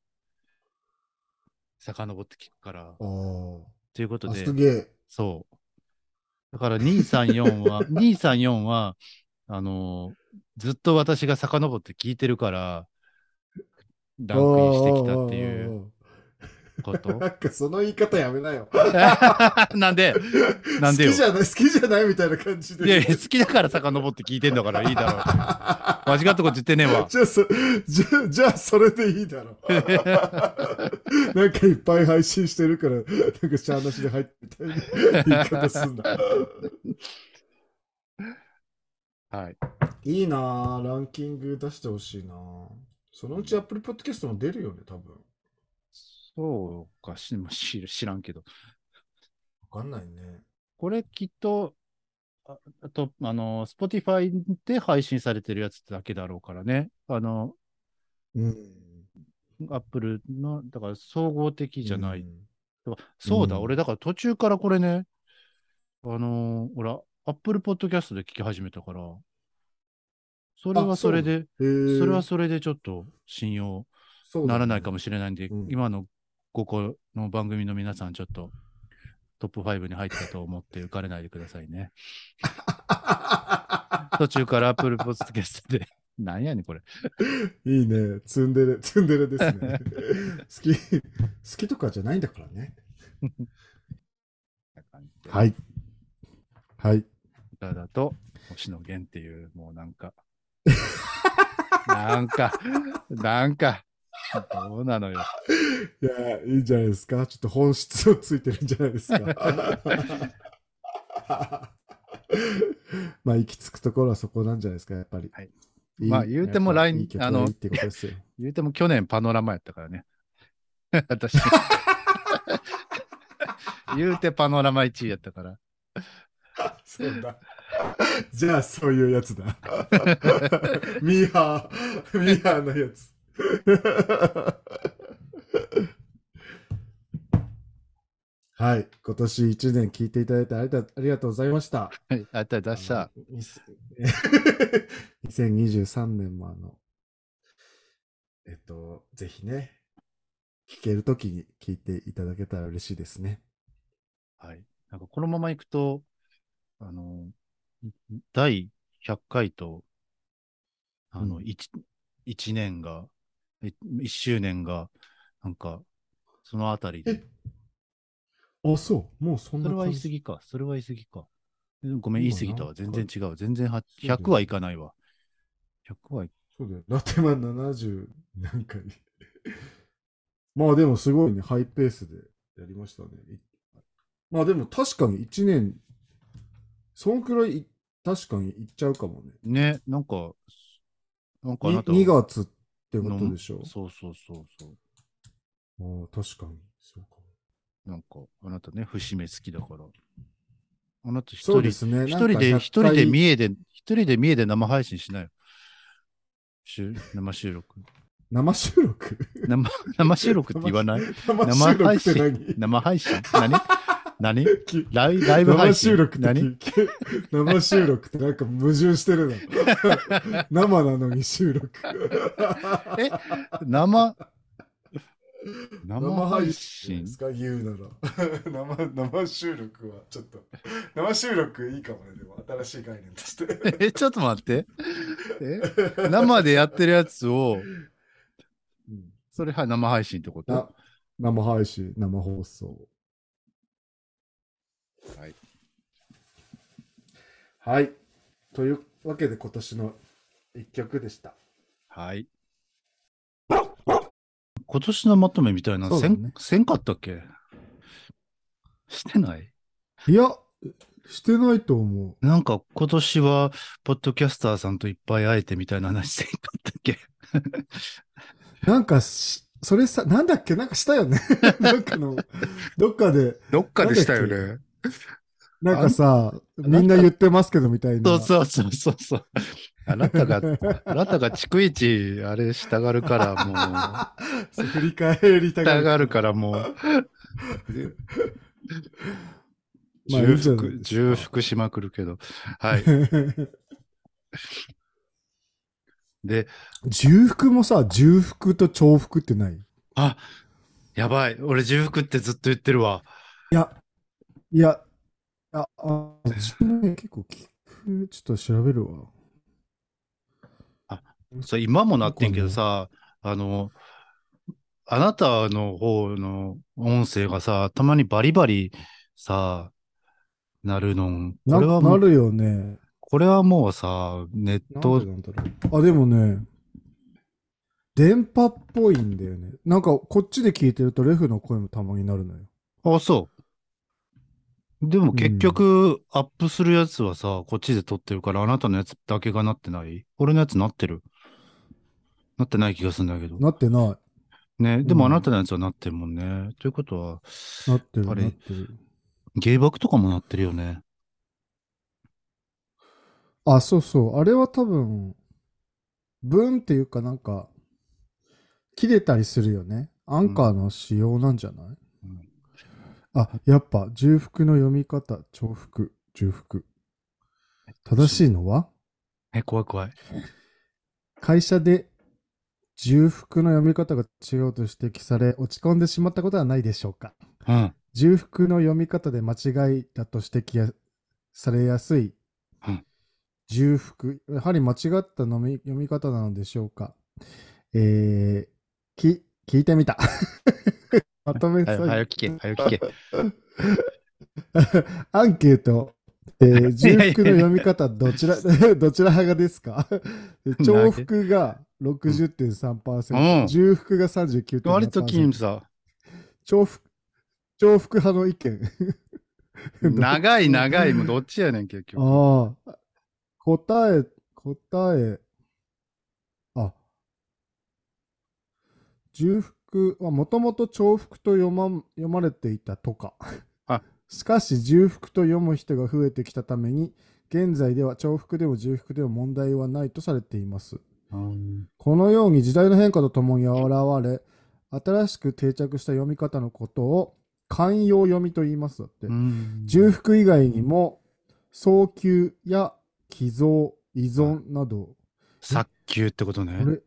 [SPEAKER 1] 遡って聞くから、
[SPEAKER 2] あ
[SPEAKER 1] ということ
[SPEAKER 2] あ。あ、
[SPEAKER 1] で、
[SPEAKER 2] すげえ。
[SPEAKER 1] そう。だから234は、234は、あのーずっと私が遡って聞いてるから、ランクインしてきたっていうこ
[SPEAKER 2] おーおーおー。
[SPEAKER 1] と
[SPEAKER 2] な。んかその言い方やめなよ。
[SPEAKER 1] [LAUGHS] なんで、 [LAUGHS] なんでよ
[SPEAKER 2] 好きじゃない、好きじゃないみたいな感じで。
[SPEAKER 1] いやいや好きだから遡って聞いてんだからいいだろう。間違ったこと言ってねえわ。
[SPEAKER 2] [LAUGHS] じゃあそ、じゃあ、じゃあそれでいいだろ [LAUGHS] う。なんかいっぱい配信してるから、なんかしゃあなしで入ってみたいな [LAUGHS] 言い方すんな。
[SPEAKER 1] はい。
[SPEAKER 2] いいなあランキング出してほしいなあそのうち Apple Podcast も出るよね、多分。
[SPEAKER 1] そうかし、知知らんけど。
[SPEAKER 2] わかんないね。
[SPEAKER 1] これきっと、ああと、あのー、Spotify で配信されてるやつだけだろうからね。あの、
[SPEAKER 2] うん。
[SPEAKER 1] Apple の、だから総合的じゃない
[SPEAKER 2] うん
[SPEAKER 1] そうそうだ、
[SPEAKER 2] うん
[SPEAKER 1] 俺、だから途中からこれね、あのー、ほら、アップルポッドキャストで聞き始めたから、それは
[SPEAKER 2] あ
[SPEAKER 1] それで、
[SPEAKER 2] へ
[SPEAKER 1] そ
[SPEAKER 2] え
[SPEAKER 1] れはそれでちょっと信用
[SPEAKER 2] そうだね
[SPEAKER 1] ならないかもしれないんで、
[SPEAKER 2] うん
[SPEAKER 1] 今のここの番組の皆さん、ちょっとトップ5に入ったと思って浮かれないでくださいね。 [LAUGHS]
[SPEAKER 2] [LAUGHS]
[SPEAKER 1] 途中からアップルポッドキャストで、 [LAUGHS] なんやねん、これ。
[SPEAKER 2] いいね。ツンデレ、ツンデレです
[SPEAKER 1] [LAUGHS]
[SPEAKER 2] ね。好き、好きとかじゃないんだからね。
[SPEAKER 1] い。
[SPEAKER 2] い。はい。
[SPEAKER 1] 歌だと、星野源っていう、もうなん
[SPEAKER 2] [LAUGHS]
[SPEAKER 1] か、なんか、なんか、どうなのよ。
[SPEAKER 2] いや、いいんじゃないですか。ちょっと本質をついてるんじゃないです
[SPEAKER 1] [LAUGHS]
[SPEAKER 2] か。まあ、行き着くところはそこなんじゃないですか、やっぱり。
[SPEAKER 1] はいまあ言うても
[SPEAKER 2] やっ
[SPEAKER 1] 来
[SPEAKER 2] ぱいい曲はいい
[SPEAKER 1] あの
[SPEAKER 2] ってことですよ。
[SPEAKER 1] 言うても去年パノラマやったからね。 [LAUGHS] 私。
[SPEAKER 2] [LAUGHS]
[SPEAKER 1] 言うてパノラマ1位やったから。
[SPEAKER 2] そうだ。じゃあ、そういうやつだ。ミーハー、ミーハーのやつ。はい、今年1年聞いていただいてありがありがとうございました。
[SPEAKER 1] はいあった出した。
[SPEAKER 2] あの。にせ2023年もあの、えっと、ぜひね、聞けるときに聞いていただけたら嬉しいですね。
[SPEAKER 1] はい。なんかこのままいくと、あの、第100回と、あの、
[SPEAKER 2] うん
[SPEAKER 1] 一一年が、い一周年が、なんか、そのあたりで。
[SPEAKER 2] あ、そう、もうそん
[SPEAKER 1] そ
[SPEAKER 2] な
[SPEAKER 1] れは
[SPEAKER 2] 感
[SPEAKER 1] 言い過
[SPEAKER 2] じ。
[SPEAKER 1] ぎか。それは言い過ぎか。えごめん、言
[SPEAKER 2] 今
[SPEAKER 1] い過ぎたわ。
[SPEAKER 2] なん
[SPEAKER 1] 全
[SPEAKER 2] か
[SPEAKER 1] 然違う。全然は
[SPEAKER 2] そうだよ
[SPEAKER 1] 100はいかないわ。100はい、
[SPEAKER 2] そうだよ。ラテマン70何回。 [LAUGHS] まあでもすごいね、ハイペースでやりましたね。いまあでも確かに1年、そんくらいい確かにいっちゃうかもね。
[SPEAKER 1] ね、なんか、なんかあなたは
[SPEAKER 2] 2月ってことでしょ
[SPEAKER 1] そうそうそうそう。
[SPEAKER 2] ああ、確かに。そうかも
[SPEAKER 1] なんか、あなたね、節目好きだから。あなた一
[SPEAKER 2] そ
[SPEAKER 1] 人、
[SPEAKER 2] うで
[SPEAKER 1] 一
[SPEAKER 2] すね。
[SPEAKER 1] 人で、一人で三重で、一人で三重で生配信しないよ。しゅ生収
[SPEAKER 2] [LAUGHS]
[SPEAKER 1] 録。
[SPEAKER 2] 生収録 [LAUGHS]
[SPEAKER 1] 生、生収録って言わない
[SPEAKER 2] 生収録って何
[SPEAKER 1] 生配信何何
[SPEAKER 2] き
[SPEAKER 1] ライライブ
[SPEAKER 2] 生
[SPEAKER 1] 配
[SPEAKER 2] 収
[SPEAKER 1] 信
[SPEAKER 2] 録って
[SPEAKER 1] 何
[SPEAKER 2] きき [LAUGHS] 生収録ってなんか矛盾してるな [LAUGHS] 生なのに収録
[SPEAKER 1] え生生
[SPEAKER 2] 生
[SPEAKER 1] 配
[SPEAKER 2] 配
[SPEAKER 1] 信
[SPEAKER 2] 信ですか言うなら [LAUGHS] 生生収録はちょっと [LAUGHS] 生収録いいかもねでも新しい概念として
[SPEAKER 1] え、ちょっと待って。え生でやってるやつを、
[SPEAKER 2] うん
[SPEAKER 1] それは生配信ってこと
[SPEAKER 2] [LAUGHS] な生配信生放送
[SPEAKER 1] はい。
[SPEAKER 2] はいというわけで今年の一曲でした
[SPEAKER 1] はい。今年のまとめみたいな、
[SPEAKER 2] そう
[SPEAKER 1] せ
[SPEAKER 2] だね
[SPEAKER 1] んせんかったっけしてない
[SPEAKER 2] いやしてないと思
[SPEAKER 1] なんか今年は、ポッドキャスターさんといっぱい会えてみたいな話せんかったっけ
[SPEAKER 2] うなんかしそれさなんだっけなんかしたよね [LAUGHS] なんかのどっかで
[SPEAKER 1] どっか
[SPEAKER 2] でしたよね
[SPEAKER 1] ね。
[SPEAKER 2] なんかさ、みんな言ってますけどみたいな。
[SPEAKER 1] [LAUGHS] そうそうそうそうそう。あなたが、あなたが逐一、あれしたがるから、もう。
[SPEAKER 2] [LAUGHS] そう振り返りた
[SPEAKER 1] 疑
[SPEAKER 2] が
[SPEAKER 1] う
[SPEAKER 2] る。
[SPEAKER 1] があるからもう。
[SPEAKER 2] まあい
[SPEAKER 1] 重
[SPEAKER 2] いじゃな
[SPEAKER 1] 複、
[SPEAKER 2] いですか
[SPEAKER 1] 重複しまくるけど。はい。で、
[SPEAKER 2] 重複もさ、重複と重複ってないい
[SPEAKER 1] あ、やばい。俺重複ってずっと言ってるわ。
[SPEAKER 2] や、いや、あ、あ自分ね結構聞く、ちょっと調べるわ。
[SPEAKER 1] それ今もなってんけどさ、あの、あなたの方の音声がさ、たまにバリバリさ、なるのん。こ
[SPEAKER 2] な
[SPEAKER 1] れはも
[SPEAKER 2] な
[SPEAKER 1] う、
[SPEAKER 2] るよね。
[SPEAKER 1] これはもうさ、ネッ
[SPEAKER 2] なん
[SPEAKER 1] ト
[SPEAKER 2] でなんだろう。あ、でもね、電波っぽいんだよね。なんかこっちで聞いてるとレフの声もたまになるのよ。
[SPEAKER 1] あ、そう。でも結局、アップするやつはさ、こっちで撮ってるから、あなたのやつだけがなってない俺のやつなってる。なってない気がするんだけど。
[SPEAKER 2] なってない。
[SPEAKER 1] ね、でもあ
[SPEAKER 2] うん
[SPEAKER 1] なたのやつはなってるもんね。ということは、
[SPEAKER 2] なってる、
[SPEAKER 1] あ
[SPEAKER 2] な
[SPEAKER 1] れ
[SPEAKER 2] ってる。
[SPEAKER 1] ゲイバクとかもなってるよね。
[SPEAKER 2] あ、そうそう。あれは多分、文っていうかなんか、切れたりするよね。アンカーの仕様なんじゃない、
[SPEAKER 1] うん
[SPEAKER 2] あ、やっぱ、重複の読み方、重複、重複。正しいのは
[SPEAKER 1] え、怖い怖い。
[SPEAKER 2] 会社で重複の読み方が違うと指摘され、落ち込んでしまったことはないでしょうか
[SPEAKER 1] うん。
[SPEAKER 2] 重複の読み方で間違いだと指摘やされやすい
[SPEAKER 1] うん
[SPEAKER 2] 重複、やはり間違ったのみ読み方なのでしょうか、えー、き聞いてみた [LAUGHS] まとめ
[SPEAKER 1] は
[SPEAKER 2] さ
[SPEAKER 1] よ、はよ聞け、はよ聞け。
[SPEAKER 2] [LAUGHS] アンケート、
[SPEAKER 1] [LAUGHS]
[SPEAKER 2] えー重複の読み方どちらどちら派がです
[SPEAKER 1] [LAUGHS]
[SPEAKER 2] か重複が60.3%、
[SPEAKER 1] うん
[SPEAKER 2] 重複が
[SPEAKER 1] [LAUGHS]
[SPEAKER 2] 39.7%
[SPEAKER 1] 割とキムさ、
[SPEAKER 2] 重複重複派の意見
[SPEAKER 1] 長い長い、もうどっちやねん、結局。
[SPEAKER 2] ああ。答え、答え。あ。重複はもともと重複と読まん読まれていたとか。
[SPEAKER 1] あ
[SPEAKER 2] しかし重複と読む人が増えてきたために、現在では重複でも重複でも問題はないとされています。
[SPEAKER 1] うん
[SPEAKER 2] このように時代の変化とともに現れ、新しく定着した読み方のことを慣用読みと言いますだって。
[SPEAKER 1] うん
[SPEAKER 2] 重複以外にも早急や寄贈依存など、
[SPEAKER 1] 早急ってことね
[SPEAKER 2] あ。れ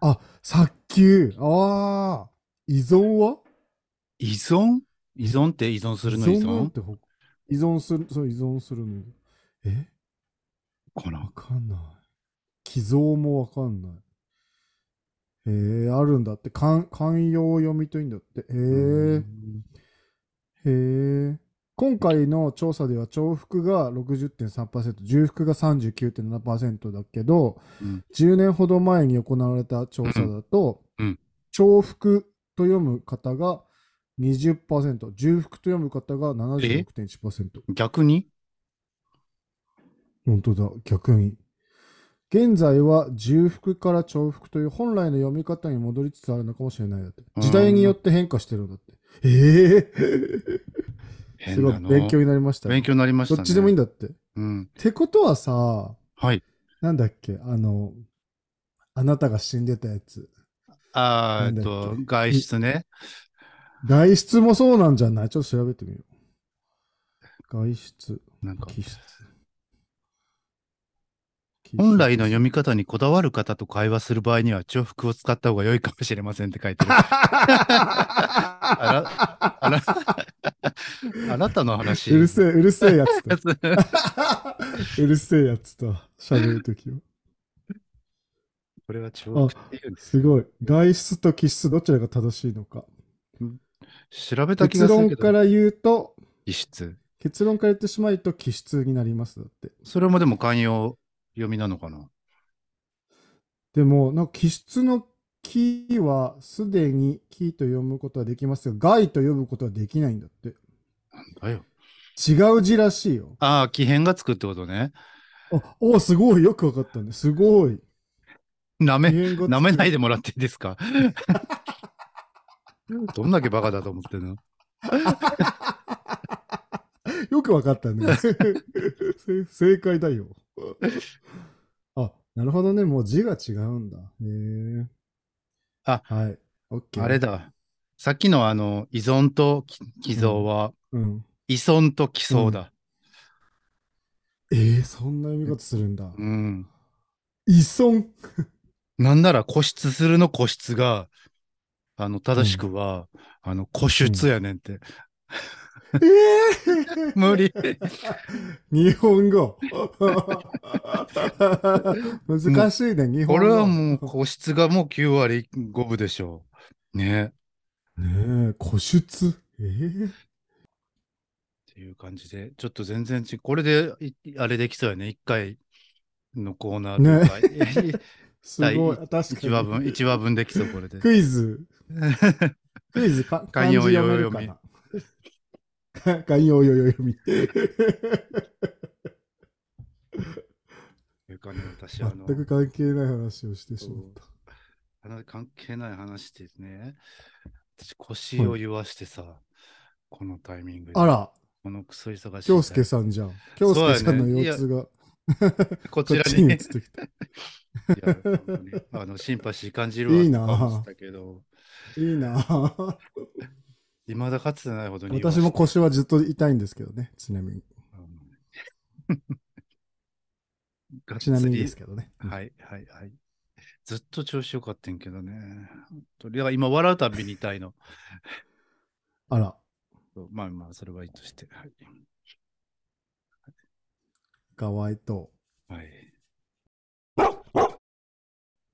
[SPEAKER 2] あ早急ああ依存は
[SPEAKER 1] 依存依存って依存するの依
[SPEAKER 2] 依なん
[SPEAKER 1] 存
[SPEAKER 2] てほ依存するそう依存するのえ
[SPEAKER 1] かな
[SPEAKER 2] わかんない寄贈もわかんないえー、あるんだって寛寛容読みといいんだってえー、へえ。今回の調査では重複が60.3%、重複が39.7%だけど、
[SPEAKER 1] うん
[SPEAKER 2] 10年ほど前に行われた調査だと、
[SPEAKER 1] うん
[SPEAKER 2] 重複と読む方が20%、重複と読む方が76.1%。
[SPEAKER 1] 逆に
[SPEAKER 2] 本当だ、逆に。現在は重複から重複という本来の読み方に戻りつつあるのかもしれないだって。時代によって変化してるんだって。ええす
[SPEAKER 1] 変
[SPEAKER 2] ご
[SPEAKER 1] ないの
[SPEAKER 2] 勉強になりました。
[SPEAKER 1] 勉強になりました
[SPEAKER 2] ど
[SPEAKER 1] ね。
[SPEAKER 2] っちでもいいんだって。っ
[SPEAKER 1] うん。
[SPEAKER 2] てことはさ、
[SPEAKER 1] はい。
[SPEAKER 2] なんだっけ、あの、あなたが死んでたやつ。
[SPEAKER 1] あーえっ
[SPEAKER 2] な
[SPEAKER 1] と
[SPEAKER 2] んだっ、け
[SPEAKER 1] 外出ね。
[SPEAKER 2] 外出もそうなんじゃないちょっと調べてみよう。外出、
[SPEAKER 1] なんか、
[SPEAKER 2] 気質。
[SPEAKER 1] 本来の読み方にこだわる方と会話する場合には重複を使った方が良いかもしれませんって書いてる。あら、
[SPEAKER 2] [LAUGHS]
[SPEAKER 1] あなたの話。
[SPEAKER 2] [LAUGHS] うるせえ、うるせえやつ
[SPEAKER 1] [LAUGHS] やつ
[SPEAKER 2] と。うるせえやつと喋るときは。
[SPEAKER 1] これは重複っていうんです
[SPEAKER 2] すごい。外出と気質、どちらが正しいのか。
[SPEAKER 1] 調べた気
[SPEAKER 2] 結
[SPEAKER 1] がする
[SPEAKER 2] 論
[SPEAKER 1] け
[SPEAKER 2] か
[SPEAKER 1] ど、
[SPEAKER 2] ら言うと、
[SPEAKER 1] 異質。
[SPEAKER 2] 結論から言ってしまうと気質になります。だって。
[SPEAKER 1] それもでも寛容読みなのかな
[SPEAKER 2] でも、なんか気質の気はすでに気と読むことはできますが、害と読むことはできないんだって。
[SPEAKER 1] なんだよ。
[SPEAKER 2] 違う字らしいよ。
[SPEAKER 1] ああ、気変がつくってことね。
[SPEAKER 2] あ、おすごい。よくわかったね。すごい。
[SPEAKER 1] なめ、
[SPEAKER 2] 言語
[SPEAKER 1] なめない
[SPEAKER 2] で。
[SPEAKER 1] でもらっていいですか [LAUGHS] どんだけバカだと思ってんの
[SPEAKER 2] よくわかった
[SPEAKER 1] [LAUGHS]
[SPEAKER 2] ね。せ [LAUGHS] 正解だよ。あ、なるほどね。もう字が違うんだ。へえ。
[SPEAKER 1] あ、
[SPEAKER 2] はい。オッケー。
[SPEAKER 1] あれ。だ。さっきのあの、依存と寄贈は、
[SPEAKER 2] うん。
[SPEAKER 1] 依存と寄贈だ。
[SPEAKER 2] えー、そんな読み方するんだ。
[SPEAKER 1] うん。
[SPEAKER 2] 依存。
[SPEAKER 1] なんなら固執するの固執が、あの、正しくは、あの、固執やねんって。
[SPEAKER 2] えー、
[SPEAKER 1] 無理。
[SPEAKER 2] 日本語。難しいね、日本語。
[SPEAKER 1] これはもう、固執がもう9割5分でしょう。ね。
[SPEAKER 2] ねえ、個室。えー、
[SPEAKER 1] っていう感じで、ちょっと全然ち、これで、いあれできそうやね。1回のコーナーとか、
[SPEAKER 2] すごい。
[SPEAKER 1] 第
[SPEAKER 2] 確かに。
[SPEAKER 1] 1話
[SPEAKER 2] [LAUGHS]
[SPEAKER 1] 分、 [LAUGHS] 一話分できそう、これで。
[SPEAKER 2] ク
[SPEAKER 1] [LAUGHS]
[SPEAKER 2] イズ。クイズか、漢
[SPEAKER 1] 寛
[SPEAKER 2] 字
[SPEAKER 1] 容
[SPEAKER 2] 読めるかな。 [LAUGHS] 寛容よよ読み。
[SPEAKER 1] というかね、私、 [LAUGHS] あの
[SPEAKER 2] 全、く関係ない話をしてしまった。
[SPEAKER 1] あの関係ない話ですね。私、腰を言わしてさ、このタイミングで。
[SPEAKER 2] あら、
[SPEAKER 1] このクソ忙しい。
[SPEAKER 2] 京介さんじゃん。京介さんの腰痛が、
[SPEAKER 1] こち
[SPEAKER 2] こっ
[SPEAKER 1] ら
[SPEAKER 2] ち
[SPEAKER 1] に
[SPEAKER 2] に移
[SPEAKER 1] ね
[SPEAKER 2] っ。てき
[SPEAKER 1] いや本当にあ
[SPEAKER 2] [LAUGHS]
[SPEAKER 1] の、シンパシー感じるわ。
[SPEAKER 2] いいなぁ
[SPEAKER 1] だけど、
[SPEAKER 2] た。いい
[SPEAKER 1] [LAUGHS]
[SPEAKER 2] なぁ
[SPEAKER 1] いまだかつてないほどに言わし
[SPEAKER 2] 私
[SPEAKER 1] て。
[SPEAKER 2] も腰はずっと痛いんですけどね、ちなみに。
[SPEAKER 1] うんがっつ
[SPEAKER 2] ち
[SPEAKER 1] り
[SPEAKER 2] なみにですけどね。
[SPEAKER 1] はいはいはい。ずっと調子よかったんけどね。本当にだから今、笑うたびに痛いの。
[SPEAKER 2] あら、
[SPEAKER 1] まあまあ、それはいいとして。はい。
[SPEAKER 2] かわいと。
[SPEAKER 1] はい、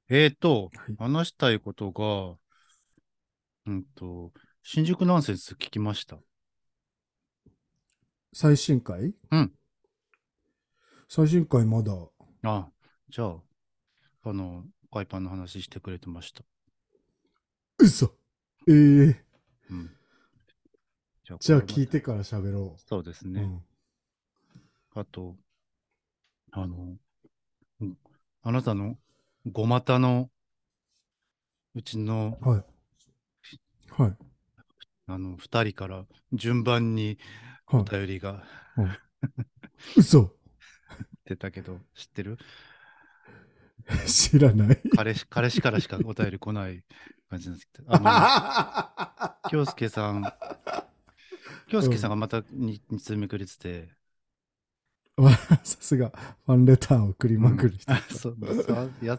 [SPEAKER 1] えーと、
[SPEAKER 2] はい
[SPEAKER 1] 話したいことが、うんと、新宿ナンセンス聞きました。
[SPEAKER 2] 最新回
[SPEAKER 1] うん。
[SPEAKER 2] 最新回まだ。
[SPEAKER 1] あ、じゃあ、あの、海パンの話してくれてました。
[SPEAKER 2] 嘘ええ
[SPEAKER 1] うん。じゃあ
[SPEAKER 2] じゃあ
[SPEAKER 1] これま
[SPEAKER 2] 聞いてから喋ろ
[SPEAKER 1] そうです
[SPEAKER 2] う。
[SPEAKER 1] ね。
[SPEAKER 2] うん
[SPEAKER 1] あと、あの、うんあなたのご股の、うちの、
[SPEAKER 2] はい。はい。
[SPEAKER 1] あの、二人から順番に
[SPEAKER 2] は
[SPEAKER 1] お
[SPEAKER 2] い。
[SPEAKER 1] 便りが
[SPEAKER 2] 嘘 [LAUGHS]
[SPEAKER 1] 出たけど、知ってる
[SPEAKER 2] 知らない。
[SPEAKER 1] 彼氏、彼氏からしか [LAUGHS] お便り来ない感じなんですけど、あの、
[SPEAKER 2] [LAUGHS]
[SPEAKER 1] 京介さん、京介さんがまたに二通目くれてて、
[SPEAKER 2] わ [LAUGHS] さすが、ファンレターを送りまくる人。 [LAUGHS]
[SPEAKER 1] あそうそういや、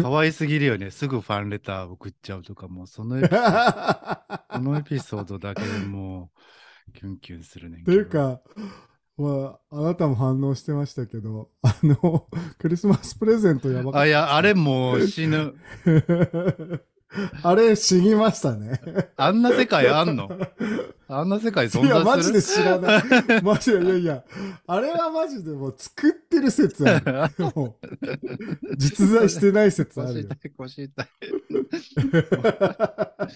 [SPEAKER 1] 可愛すぎるよね。すぐファンレターを送っちゃうとか、もうそのエピ、このエピソードだけでもう、 [LAUGHS] キュンキュンするねん
[SPEAKER 2] と
[SPEAKER 1] けど。
[SPEAKER 2] いうか、まあ、あなたも反応してましたけど、あの、クリスマスプレゼントやばか
[SPEAKER 1] あ、
[SPEAKER 2] っ
[SPEAKER 1] いや、あれもう死
[SPEAKER 2] [LAUGHS]
[SPEAKER 1] ぬ。
[SPEAKER 2] た。 [LAUGHS] あれ、死にましたね。
[SPEAKER 1] あんな世界あんのあんな世界存在する
[SPEAKER 2] いや、マジで知
[SPEAKER 1] [LAUGHS]
[SPEAKER 2] らない。マジで、いやいや、あれはマジでもう作ってる説あ
[SPEAKER 1] [LAUGHS]
[SPEAKER 2] る。もう実在してない説あ
[SPEAKER 1] 腰 [LAUGHS]
[SPEAKER 2] るよ。
[SPEAKER 1] 痛い、腰痛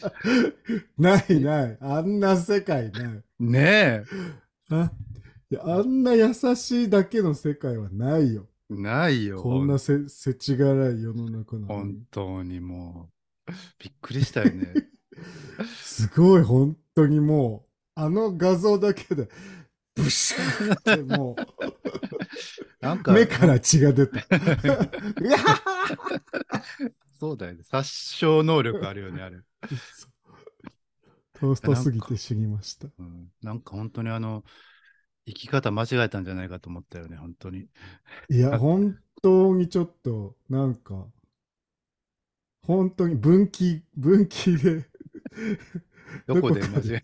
[SPEAKER 1] い。
[SPEAKER 2] ないない。あんな世界ない。
[SPEAKER 1] ねえ。
[SPEAKER 2] あいやあんな優しいだけの世界はないよ。
[SPEAKER 1] ないよ。
[SPEAKER 2] こんなせせちがらい世の中なの
[SPEAKER 1] 本
[SPEAKER 2] に。
[SPEAKER 1] 当にもう、びっくりしたよ
[SPEAKER 2] [LAUGHS]
[SPEAKER 1] ね。
[SPEAKER 2] すごい、本当にもう、あの画像だ
[SPEAKER 1] [LAUGHS]
[SPEAKER 2] けで、ブシューっても
[SPEAKER 1] なん
[SPEAKER 2] う、
[SPEAKER 1] か、
[SPEAKER 2] 目から血が出た。
[SPEAKER 1] [LAUGHS]
[SPEAKER 2] [LAUGHS] うわ
[SPEAKER 1] そうだよね。殺傷能力あるよね、あれ。
[SPEAKER 2] トーストすぎて死にました。
[SPEAKER 1] うん、なんか本当にあの、生き方間違えたんじゃないかと思ったよね、本当に。
[SPEAKER 2] いや、
[SPEAKER 1] あ
[SPEAKER 2] 本当にちょっと、なんか、本当に分岐、分岐で。
[SPEAKER 1] どこで間違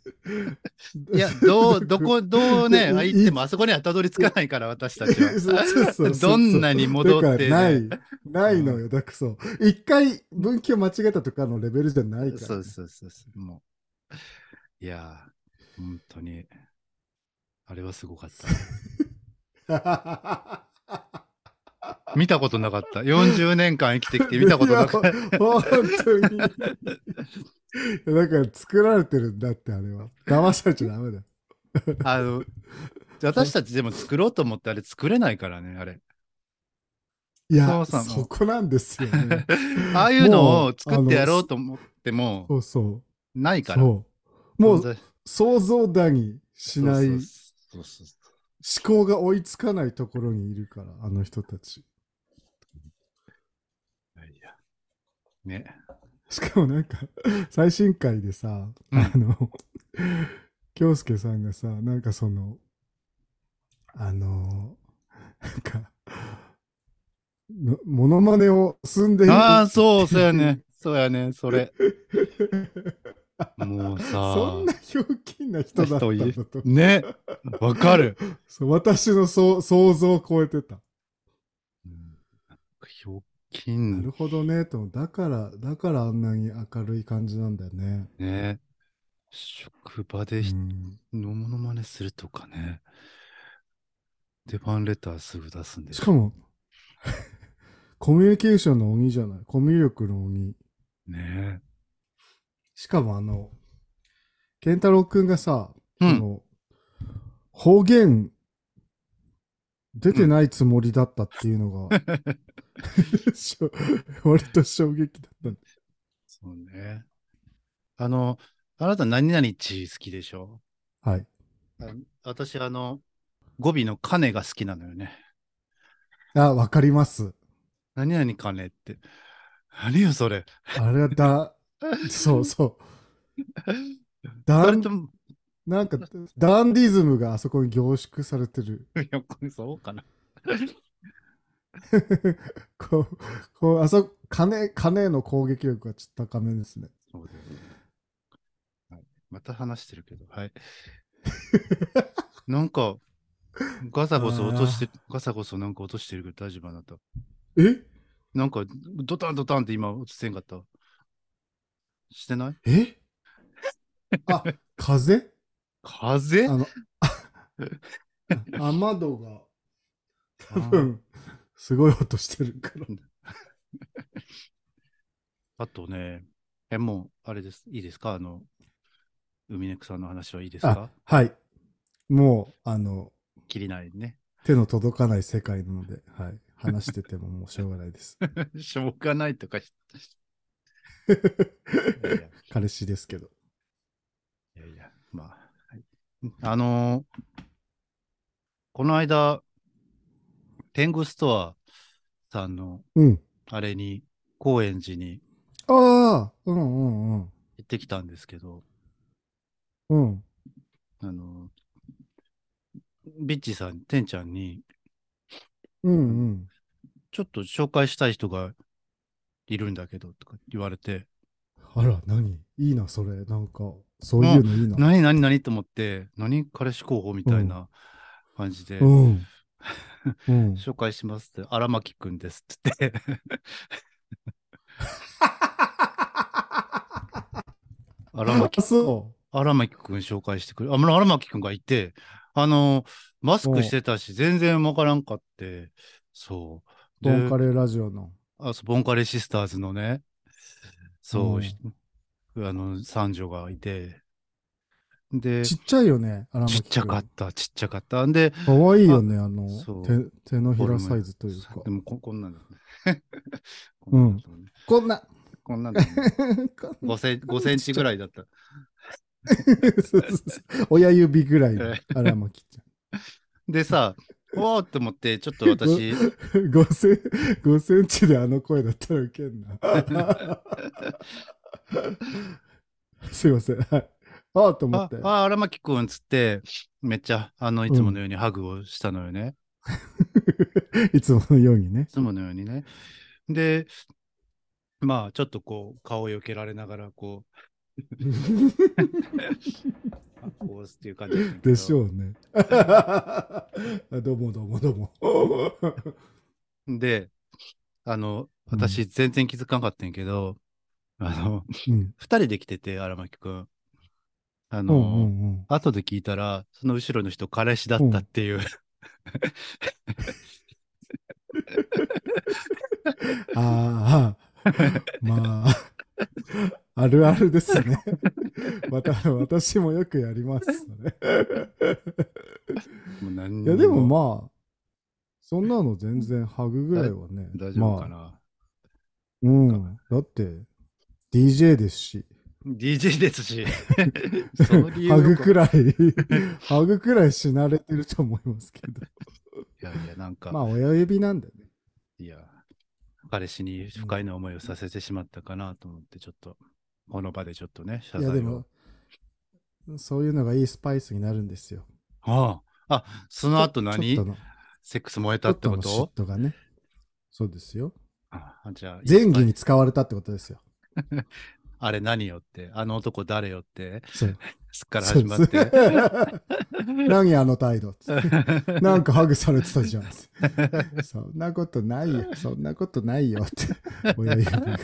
[SPEAKER 1] え
[SPEAKER 2] い
[SPEAKER 1] いや、どう、どこ、どうね、
[SPEAKER 2] いい
[SPEAKER 1] 行ってもあそこにはたどり着かないから、私たち
[SPEAKER 2] [LAUGHS] そうそうそう
[SPEAKER 1] は。
[SPEAKER 2] そう
[SPEAKER 1] どんなに戻っ
[SPEAKER 2] だ
[SPEAKER 1] て
[SPEAKER 2] からな
[SPEAKER 1] ね、
[SPEAKER 2] い、ないのよ、だくそ。一回分岐を間違えたとかのレベルじゃないから。
[SPEAKER 1] そうそうそうそう、もう。いやー、本当に、あれはすごかった。見たことなかった。40年間生きてきて見たことなかった。
[SPEAKER 2] いや本当に。だから作られてるんだって、あれは。騙されちゃダメだよ。
[SPEAKER 1] あの、私たちでも作ろうと思ってあれ作れないからね、あれ。
[SPEAKER 2] い
[SPEAKER 1] そ
[SPEAKER 2] や、
[SPEAKER 1] うそう
[SPEAKER 2] そこなんですよ
[SPEAKER 1] [LAUGHS]
[SPEAKER 2] ね。
[SPEAKER 1] ああいうの
[SPEAKER 2] も
[SPEAKER 1] を
[SPEAKER 2] う
[SPEAKER 1] 作ってやろうと思っても、
[SPEAKER 2] そうそう。
[SPEAKER 1] ないから。
[SPEAKER 2] そう。も
[SPEAKER 1] 存
[SPEAKER 2] う
[SPEAKER 1] 在
[SPEAKER 2] 想像だにしない、
[SPEAKER 1] そう
[SPEAKER 2] 思
[SPEAKER 1] そうそうそう
[SPEAKER 2] 考が追いつかないところにいるから、あの人たち。
[SPEAKER 1] いやね。
[SPEAKER 2] しかもなんか、 [LAUGHS] 最新回でさ、
[SPEAKER 1] うん
[SPEAKER 2] あの、 [LAUGHS] 京介さんがさ、なんかその、あの、なんか、のモノマネを進んでいる。
[SPEAKER 1] ああ、そう、そうや
[SPEAKER 2] [LAUGHS]
[SPEAKER 1] ね。そうやね、それ。もうさ、
[SPEAKER 2] そんなひょうきんな人だったんだと。
[SPEAKER 1] ね、わかる。
[SPEAKER 2] そう私のそう想像を超えてた。
[SPEAKER 1] うんひょうき
[SPEAKER 2] なんるほどねと思うだからだからあんなに明るい感じなんだよね。
[SPEAKER 1] ね。職場で人
[SPEAKER 2] うん
[SPEAKER 1] のものまねするとかね。で、ファンレターすぐ出すんで
[SPEAKER 2] しかもコミュニケーションの鬼じゃないコミュ力の鬼。
[SPEAKER 1] ね。
[SPEAKER 2] しかもあの健太郎くんがさ、
[SPEAKER 1] う
[SPEAKER 2] あ
[SPEAKER 1] ん。
[SPEAKER 2] の方言出てないつもりだったっていうのが、 [LAUGHS] しょ割と衝撃だったんだ。
[SPEAKER 1] そうね。あの、あなた何々ち好きでしょ
[SPEAKER 2] はい。
[SPEAKER 1] 私、あの、語尾のカネが好きなのよね。
[SPEAKER 2] あ、わかります。
[SPEAKER 1] 何々カネって。何よ、それ。
[SPEAKER 2] あれは
[SPEAKER 1] [LAUGHS]
[SPEAKER 2] だ、そうそう。だ
[SPEAKER 1] それ
[SPEAKER 2] ん
[SPEAKER 1] とも、
[SPEAKER 2] なんか、ダンディズムがあそこに凝縮されてる。
[SPEAKER 1] 横にそうかな。
[SPEAKER 2] こう、こう、あそこ、金、金への攻撃力がちょっと高めですね。
[SPEAKER 1] そうだよねはい、また話してるけど、 [LAUGHS] はい。なんか、ガサゴソ落として、ガサゴソなんか落としてるけど大丈夫あなた。
[SPEAKER 2] え
[SPEAKER 1] なんか、ドタンドタンって今落ちてんかった。してない
[SPEAKER 2] えあ、風
[SPEAKER 1] 風
[SPEAKER 2] あの、あ雨戸が、多分、すごい音してるから。
[SPEAKER 1] あとね、え、もう、あれです。いいですかあの、海猫さんの話はいいです
[SPEAKER 2] あ
[SPEAKER 1] か、
[SPEAKER 2] はい。もう、あの、
[SPEAKER 1] 切りないね。 [LAUGHS]
[SPEAKER 2] 手の届かない世界なので、はい。話しててももうしょうがないです。
[SPEAKER 1] しょうがないとかしいやいや
[SPEAKER 2] 彼氏ですけど。
[SPEAKER 1] いやいや、まあ、はいあのーこの間、天狗ストアさんの
[SPEAKER 2] うん。
[SPEAKER 1] あれに、高円寺に
[SPEAKER 2] ああ、うんうんうん。
[SPEAKER 1] 行ってきたんですけど、
[SPEAKER 2] うん。
[SPEAKER 1] あのービッチさん、てんちゃんに、
[SPEAKER 2] うんうん。
[SPEAKER 1] ちょっと紹介したい人がいるんだけど、とか言われて、
[SPEAKER 2] あら、何いいな、それ。なんか、そういうのいいな。
[SPEAKER 1] 何何何と思って、何彼氏候補みたいな感じで、
[SPEAKER 2] うん。うん。
[SPEAKER 1] 紹介しますって、荒牧くんですって言って、 [LAUGHS] 荒牧
[SPEAKER 2] あそ
[SPEAKER 1] 荒牧くん紹介してくれ。あ、もう荒牧くんがいて、あの、マスクしてたし、全然わからんかって、そう。
[SPEAKER 2] う。ボンカ
[SPEAKER 1] レ。
[SPEAKER 2] レーラジオの。
[SPEAKER 1] あそうボンカレシスターズのね、そうう、
[SPEAKER 2] ん
[SPEAKER 1] ひあの、三女がいて、で、
[SPEAKER 2] ち
[SPEAKER 1] ち
[SPEAKER 2] っちゃいよね、荒牧
[SPEAKER 1] っ
[SPEAKER 2] くん
[SPEAKER 1] ちゃかっ。た、ちっちゃかった。んで、
[SPEAKER 2] かわいいよね、あの
[SPEAKER 1] そう
[SPEAKER 2] 手、手のひらサイズというか。
[SPEAKER 1] でもこ、こんなんだね。こ
[SPEAKER 2] うん
[SPEAKER 1] んなんだね。
[SPEAKER 2] こんな。。
[SPEAKER 1] こんなんだね [LAUGHS]
[SPEAKER 2] こんな
[SPEAKER 1] 5セン5センチぐらいだった。
[SPEAKER 2] そうそうそう [LAUGHS] 親指ぐらいの
[SPEAKER 1] え
[SPEAKER 2] 荒牧ちゃん。
[SPEAKER 1] で
[SPEAKER 2] [LAUGHS]
[SPEAKER 1] さ、おーって思って、ちょっと私、
[SPEAKER 2] 5セン5センチであの声だったらウ [LAUGHS] ケんな。すいません。はいああと思っ
[SPEAKER 1] あ
[SPEAKER 2] て。、
[SPEAKER 1] あ荒牧くんっつって、めっちゃ、あの、いつものようにハグをしたのよね。
[SPEAKER 2] [LAUGHS] いつものよ
[SPEAKER 1] [LAUGHS]
[SPEAKER 2] うにね
[SPEAKER 1] い。つものようにね。で、まあ、ちょっとこう、顔を避けられながら、こう、あこうっていう感じだったんだけど
[SPEAKER 2] でしょうね。 [LAUGHS] どうもどうもどうも。 [LAUGHS]
[SPEAKER 1] で、あの、
[SPEAKER 2] うん
[SPEAKER 1] 私、全然気づかなかったんやけど、あの、
[SPEAKER 2] うん。
[SPEAKER 1] 二人で来てて、荒牧くん。あ
[SPEAKER 2] う
[SPEAKER 1] の、
[SPEAKER 2] んうんうん。
[SPEAKER 1] 後で聞いたら、その後ろの人、彼氏だったっていう。
[SPEAKER 2] ああ、
[SPEAKER 1] [LAUGHS]
[SPEAKER 2] まあ、あるあるですね。また、私もよくやりますね。
[SPEAKER 1] もう何に
[SPEAKER 2] いや、でもまあ、そんなの全然ハグぐらいはね。
[SPEAKER 1] 大丈夫か
[SPEAKER 2] まあ
[SPEAKER 1] な、
[SPEAKER 2] うん。だって、DJ ですし、、
[SPEAKER 1] ?DJ ですしその理由
[SPEAKER 2] ハ
[SPEAKER 1] よ
[SPEAKER 2] グ
[SPEAKER 1] く [LAUGHS]
[SPEAKER 2] くらい、ハグくらいし慣れてると思いますけど。
[SPEAKER 1] いやいや、なんか、
[SPEAKER 2] まあ、親指なんでね。
[SPEAKER 1] いや、彼氏に不快な思いをさせてしまったかなと思って、ちょっと、この場でちょっとね、謝
[SPEAKER 2] いや、で
[SPEAKER 1] 罪
[SPEAKER 2] も
[SPEAKER 1] を。、
[SPEAKER 2] そういうのがいいスパイスになるんですよ。
[SPEAKER 1] ああ、あ、その後何
[SPEAKER 2] ちょっとの
[SPEAKER 1] セックス燃え
[SPEAKER 2] ち
[SPEAKER 1] た
[SPEAKER 2] ょ
[SPEAKER 1] っ
[SPEAKER 2] ってと
[SPEAKER 1] こ
[SPEAKER 2] の嫉
[SPEAKER 1] と
[SPEAKER 2] 妬がね。そうですよ。
[SPEAKER 1] ああじゃあ、
[SPEAKER 2] 前
[SPEAKER 1] い
[SPEAKER 2] 儀
[SPEAKER 1] っぱい
[SPEAKER 2] に使われたってことですよ。
[SPEAKER 1] あれ何よって、あの男誰よって、
[SPEAKER 2] そう。
[SPEAKER 1] すっから始まって。
[SPEAKER 2] [LAUGHS] 何あの態度。
[SPEAKER 1] [LAUGHS]
[SPEAKER 2] なんかハグされてたじゃん。そんなことないよ。そんなことないよって。親指が。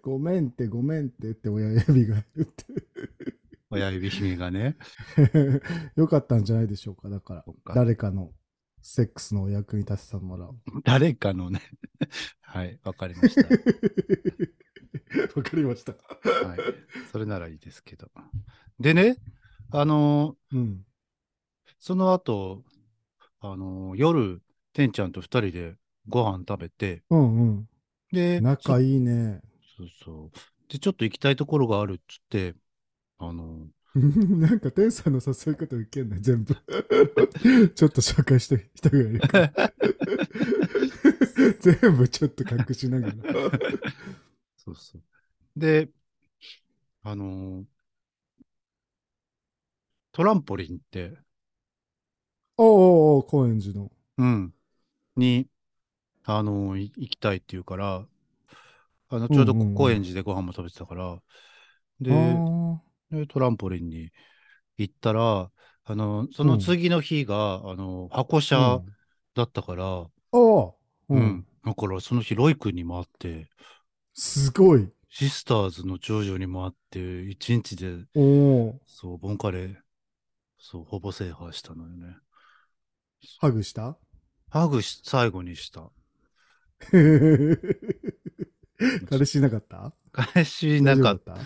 [SPEAKER 2] [LAUGHS] ごめんってごめんって言って親指が言っ
[SPEAKER 1] 親指姫がね。
[SPEAKER 2] て。よかったんじゃないでしょうか。だから
[SPEAKER 1] そっ、か
[SPEAKER 2] 誰かのセックスのお役に立てたもらう。
[SPEAKER 1] 誰かのね。 [LAUGHS] はい、わかりました。
[SPEAKER 2] [LAUGHS] わかりました。
[SPEAKER 1] はい。それならいいですけど。でね、あの
[SPEAKER 2] うん。
[SPEAKER 1] ーその後、あのー夜、てんちゃんと二人でご飯食べて、
[SPEAKER 2] うんう
[SPEAKER 1] で、
[SPEAKER 2] ん。仲
[SPEAKER 1] い
[SPEAKER 2] いいね。
[SPEAKER 1] そうそう。で、ちょっと行きたいところがあるっつって、あの
[SPEAKER 2] [LAUGHS] なんか天才の誘い方受けんない [LAUGHS] 全部ちょっと紹介して人がいるから全部ちょっと隠し [LAUGHS] ながら
[SPEAKER 1] そうそう。で、あのートランポリンって、
[SPEAKER 2] おうおうおう高円寺の
[SPEAKER 1] うん。に、あのーい行きたいって言うから、あの、
[SPEAKER 2] うん
[SPEAKER 1] ちょうど
[SPEAKER 2] うんうん
[SPEAKER 1] 高円寺でご飯も食べてたから、
[SPEAKER 2] あー
[SPEAKER 1] で、でトランポリンに行ったら、あのーその次の日が、あのー箱車
[SPEAKER 2] うん
[SPEAKER 1] だったから、
[SPEAKER 2] おう
[SPEAKER 1] う、
[SPEAKER 2] うんん
[SPEAKER 1] だから、その日、ロイ君にも会って、
[SPEAKER 2] すごい
[SPEAKER 1] シスターズの長女にも会って、一日で、
[SPEAKER 2] おお
[SPEAKER 1] そう、ボンカレー、そう、ほぼ制覇したのよね。
[SPEAKER 2] ハグした [LAUGHS]
[SPEAKER 1] ハグし、最後にした。
[SPEAKER 2] 彼氏いなかった
[SPEAKER 1] 返し、なんか
[SPEAKER 2] 大丈、夫だった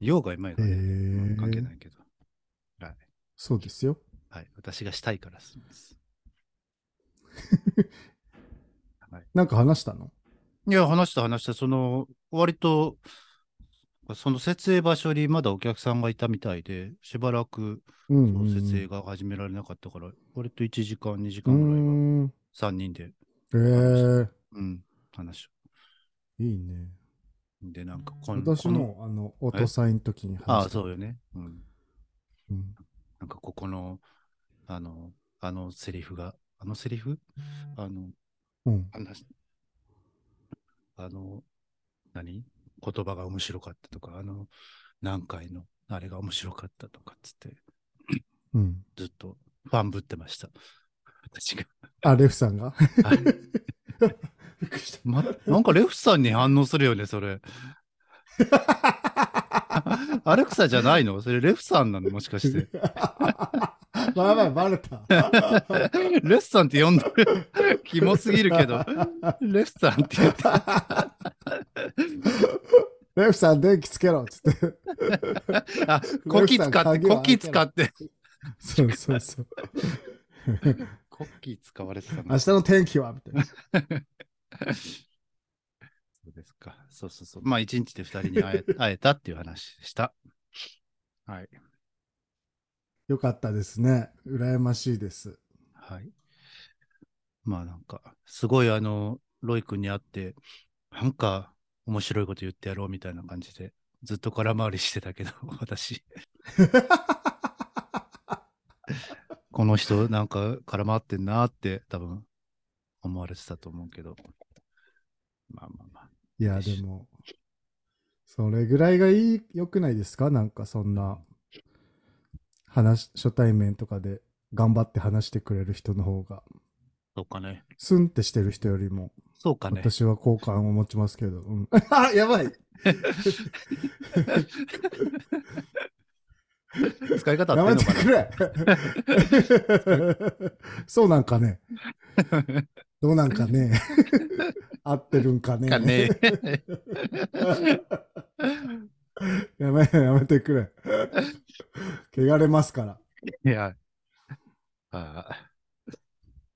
[SPEAKER 1] 用が今やから
[SPEAKER 2] へ
[SPEAKER 1] ね。
[SPEAKER 2] ー
[SPEAKER 1] まあ関係ないけど。はい。
[SPEAKER 2] そうですよ
[SPEAKER 1] はい。私がしたいからすです。
[SPEAKER 2] なんか話したの
[SPEAKER 1] いや、話した話した。その、割と、その設営場所にまだお客さんがいたみたいで、しばらく
[SPEAKER 2] うん
[SPEAKER 1] そ
[SPEAKER 2] うんう
[SPEAKER 1] の
[SPEAKER 2] ん
[SPEAKER 1] 設営が始められなかったから、割と1時間、2時
[SPEAKER 2] う
[SPEAKER 1] 間ぐらいは、
[SPEAKER 2] ん
[SPEAKER 1] 3人で、
[SPEAKER 2] えー、
[SPEAKER 1] うん、話を。
[SPEAKER 2] いいね
[SPEAKER 1] で、なんかこん、
[SPEAKER 2] 私
[SPEAKER 1] この、
[SPEAKER 2] もあのお父さんの時に話した
[SPEAKER 1] ああ、そうよね。うん。
[SPEAKER 2] うん
[SPEAKER 1] なんかここの、あの、あのセリフが、あのセリフあの、
[SPEAKER 2] うん
[SPEAKER 1] 話、あの、何言葉が面白かったとか、あの、何回のあれが面白かったとかっつって、
[SPEAKER 2] うん
[SPEAKER 1] ずっとファンぶってました。私が。
[SPEAKER 2] あ、レフさんが [LAUGHS]
[SPEAKER 1] あれ
[SPEAKER 2] びっくりし
[SPEAKER 1] ま、なんかレフさんに反応するよね、それ。
[SPEAKER 2] た。
[SPEAKER 1] アレクサじゃないのそれレフさんなのもしか
[SPEAKER 2] [LAUGHS]
[SPEAKER 1] して。 [LAUGHS]
[SPEAKER 2] まあまあ、バレた。
[SPEAKER 1] レフさんって呼んでる。キモすぎるけど。レフさんって言って。
[SPEAKER 2] レフさん、電気つけろっつ
[SPEAKER 1] [LAUGHS]
[SPEAKER 2] って。
[SPEAKER 1] あ、コキ使って、コキ使って。
[SPEAKER 2] そうそうそう。
[SPEAKER 1] コキ使われてたの
[SPEAKER 2] 明日の天気はみたいな。
[SPEAKER 1] そうですか。そうそうそう。まあ、一日で二人に [LAUGHS] 会え会えたっていう話でした。はい。
[SPEAKER 2] よかったですね。羨ましいです。
[SPEAKER 1] はい。まあ、なんか、すごい、あの、ロイ君に会って、なんか、面白いこと言ってやろうみたいな感じでずっと空回りしてたけど、 [LAUGHS] 私。この人なんか絡まってんなって多分思われてたと思うけど。まあまあまあ。
[SPEAKER 2] いや、でも、それぐらいがいい、良くないですかなんかそんな、話、初対面とかで頑張って話してくれる人の方が、
[SPEAKER 1] そうかね。
[SPEAKER 2] スンってしてる人よりも、
[SPEAKER 1] そうかね。
[SPEAKER 2] 私は好感を持ちますけど。うん、
[SPEAKER 1] [LAUGHS]
[SPEAKER 2] あ、やばい
[SPEAKER 1] 使い方
[SPEAKER 2] や
[SPEAKER 1] 合って
[SPEAKER 2] め
[SPEAKER 1] んの
[SPEAKER 2] て
[SPEAKER 1] か
[SPEAKER 2] くれ
[SPEAKER 1] [LAUGHS]
[SPEAKER 2] そうなんかね。どうなん
[SPEAKER 1] [LAUGHS]
[SPEAKER 2] かね。合ってるんかね。
[SPEAKER 1] なかね。
[SPEAKER 2] やめ、やめてくれ。汚れ [LAUGHS] ますから。
[SPEAKER 1] いや。ああ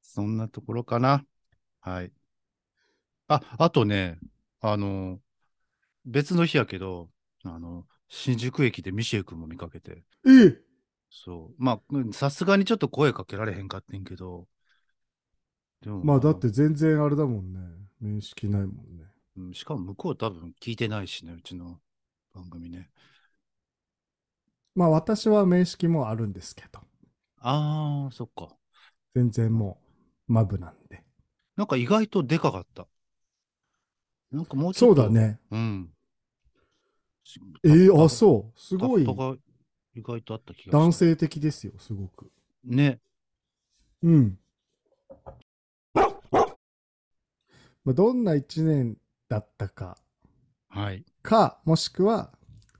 [SPEAKER 1] そんなところかな。はい。あ、あとね、あの、別の日やけど、あの、新宿駅でミシェ君も見かけて、
[SPEAKER 2] え
[SPEAKER 1] そう。まあ、うんさすがにちょっと声かけられへんかってんけど、でも、
[SPEAKER 2] まあだっ
[SPEAKER 1] の
[SPEAKER 2] て、全然あれだもんね。面識ないもんね。
[SPEAKER 1] うんしかも向こう多分聞いてないしね、うちの番組ね。
[SPEAKER 2] まあ私は面識もあるんですけど。
[SPEAKER 1] ああ、そっか。
[SPEAKER 2] 全然もう、マブなんで。
[SPEAKER 1] なんか意外とでかかった。なんかもうち
[SPEAKER 2] そ
[SPEAKER 1] ょ
[SPEAKER 2] う
[SPEAKER 1] っと。
[SPEAKER 2] だ。ね。
[SPEAKER 1] うん。し
[SPEAKER 2] えー、あ、そう。すごい
[SPEAKER 1] タッパが意外とあった気がした
[SPEAKER 2] 男。性的ですよ、すごく。
[SPEAKER 1] ね。
[SPEAKER 2] うん。まあ、どんな一年だったか、
[SPEAKER 1] はい。
[SPEAKER 2] か、もしくは、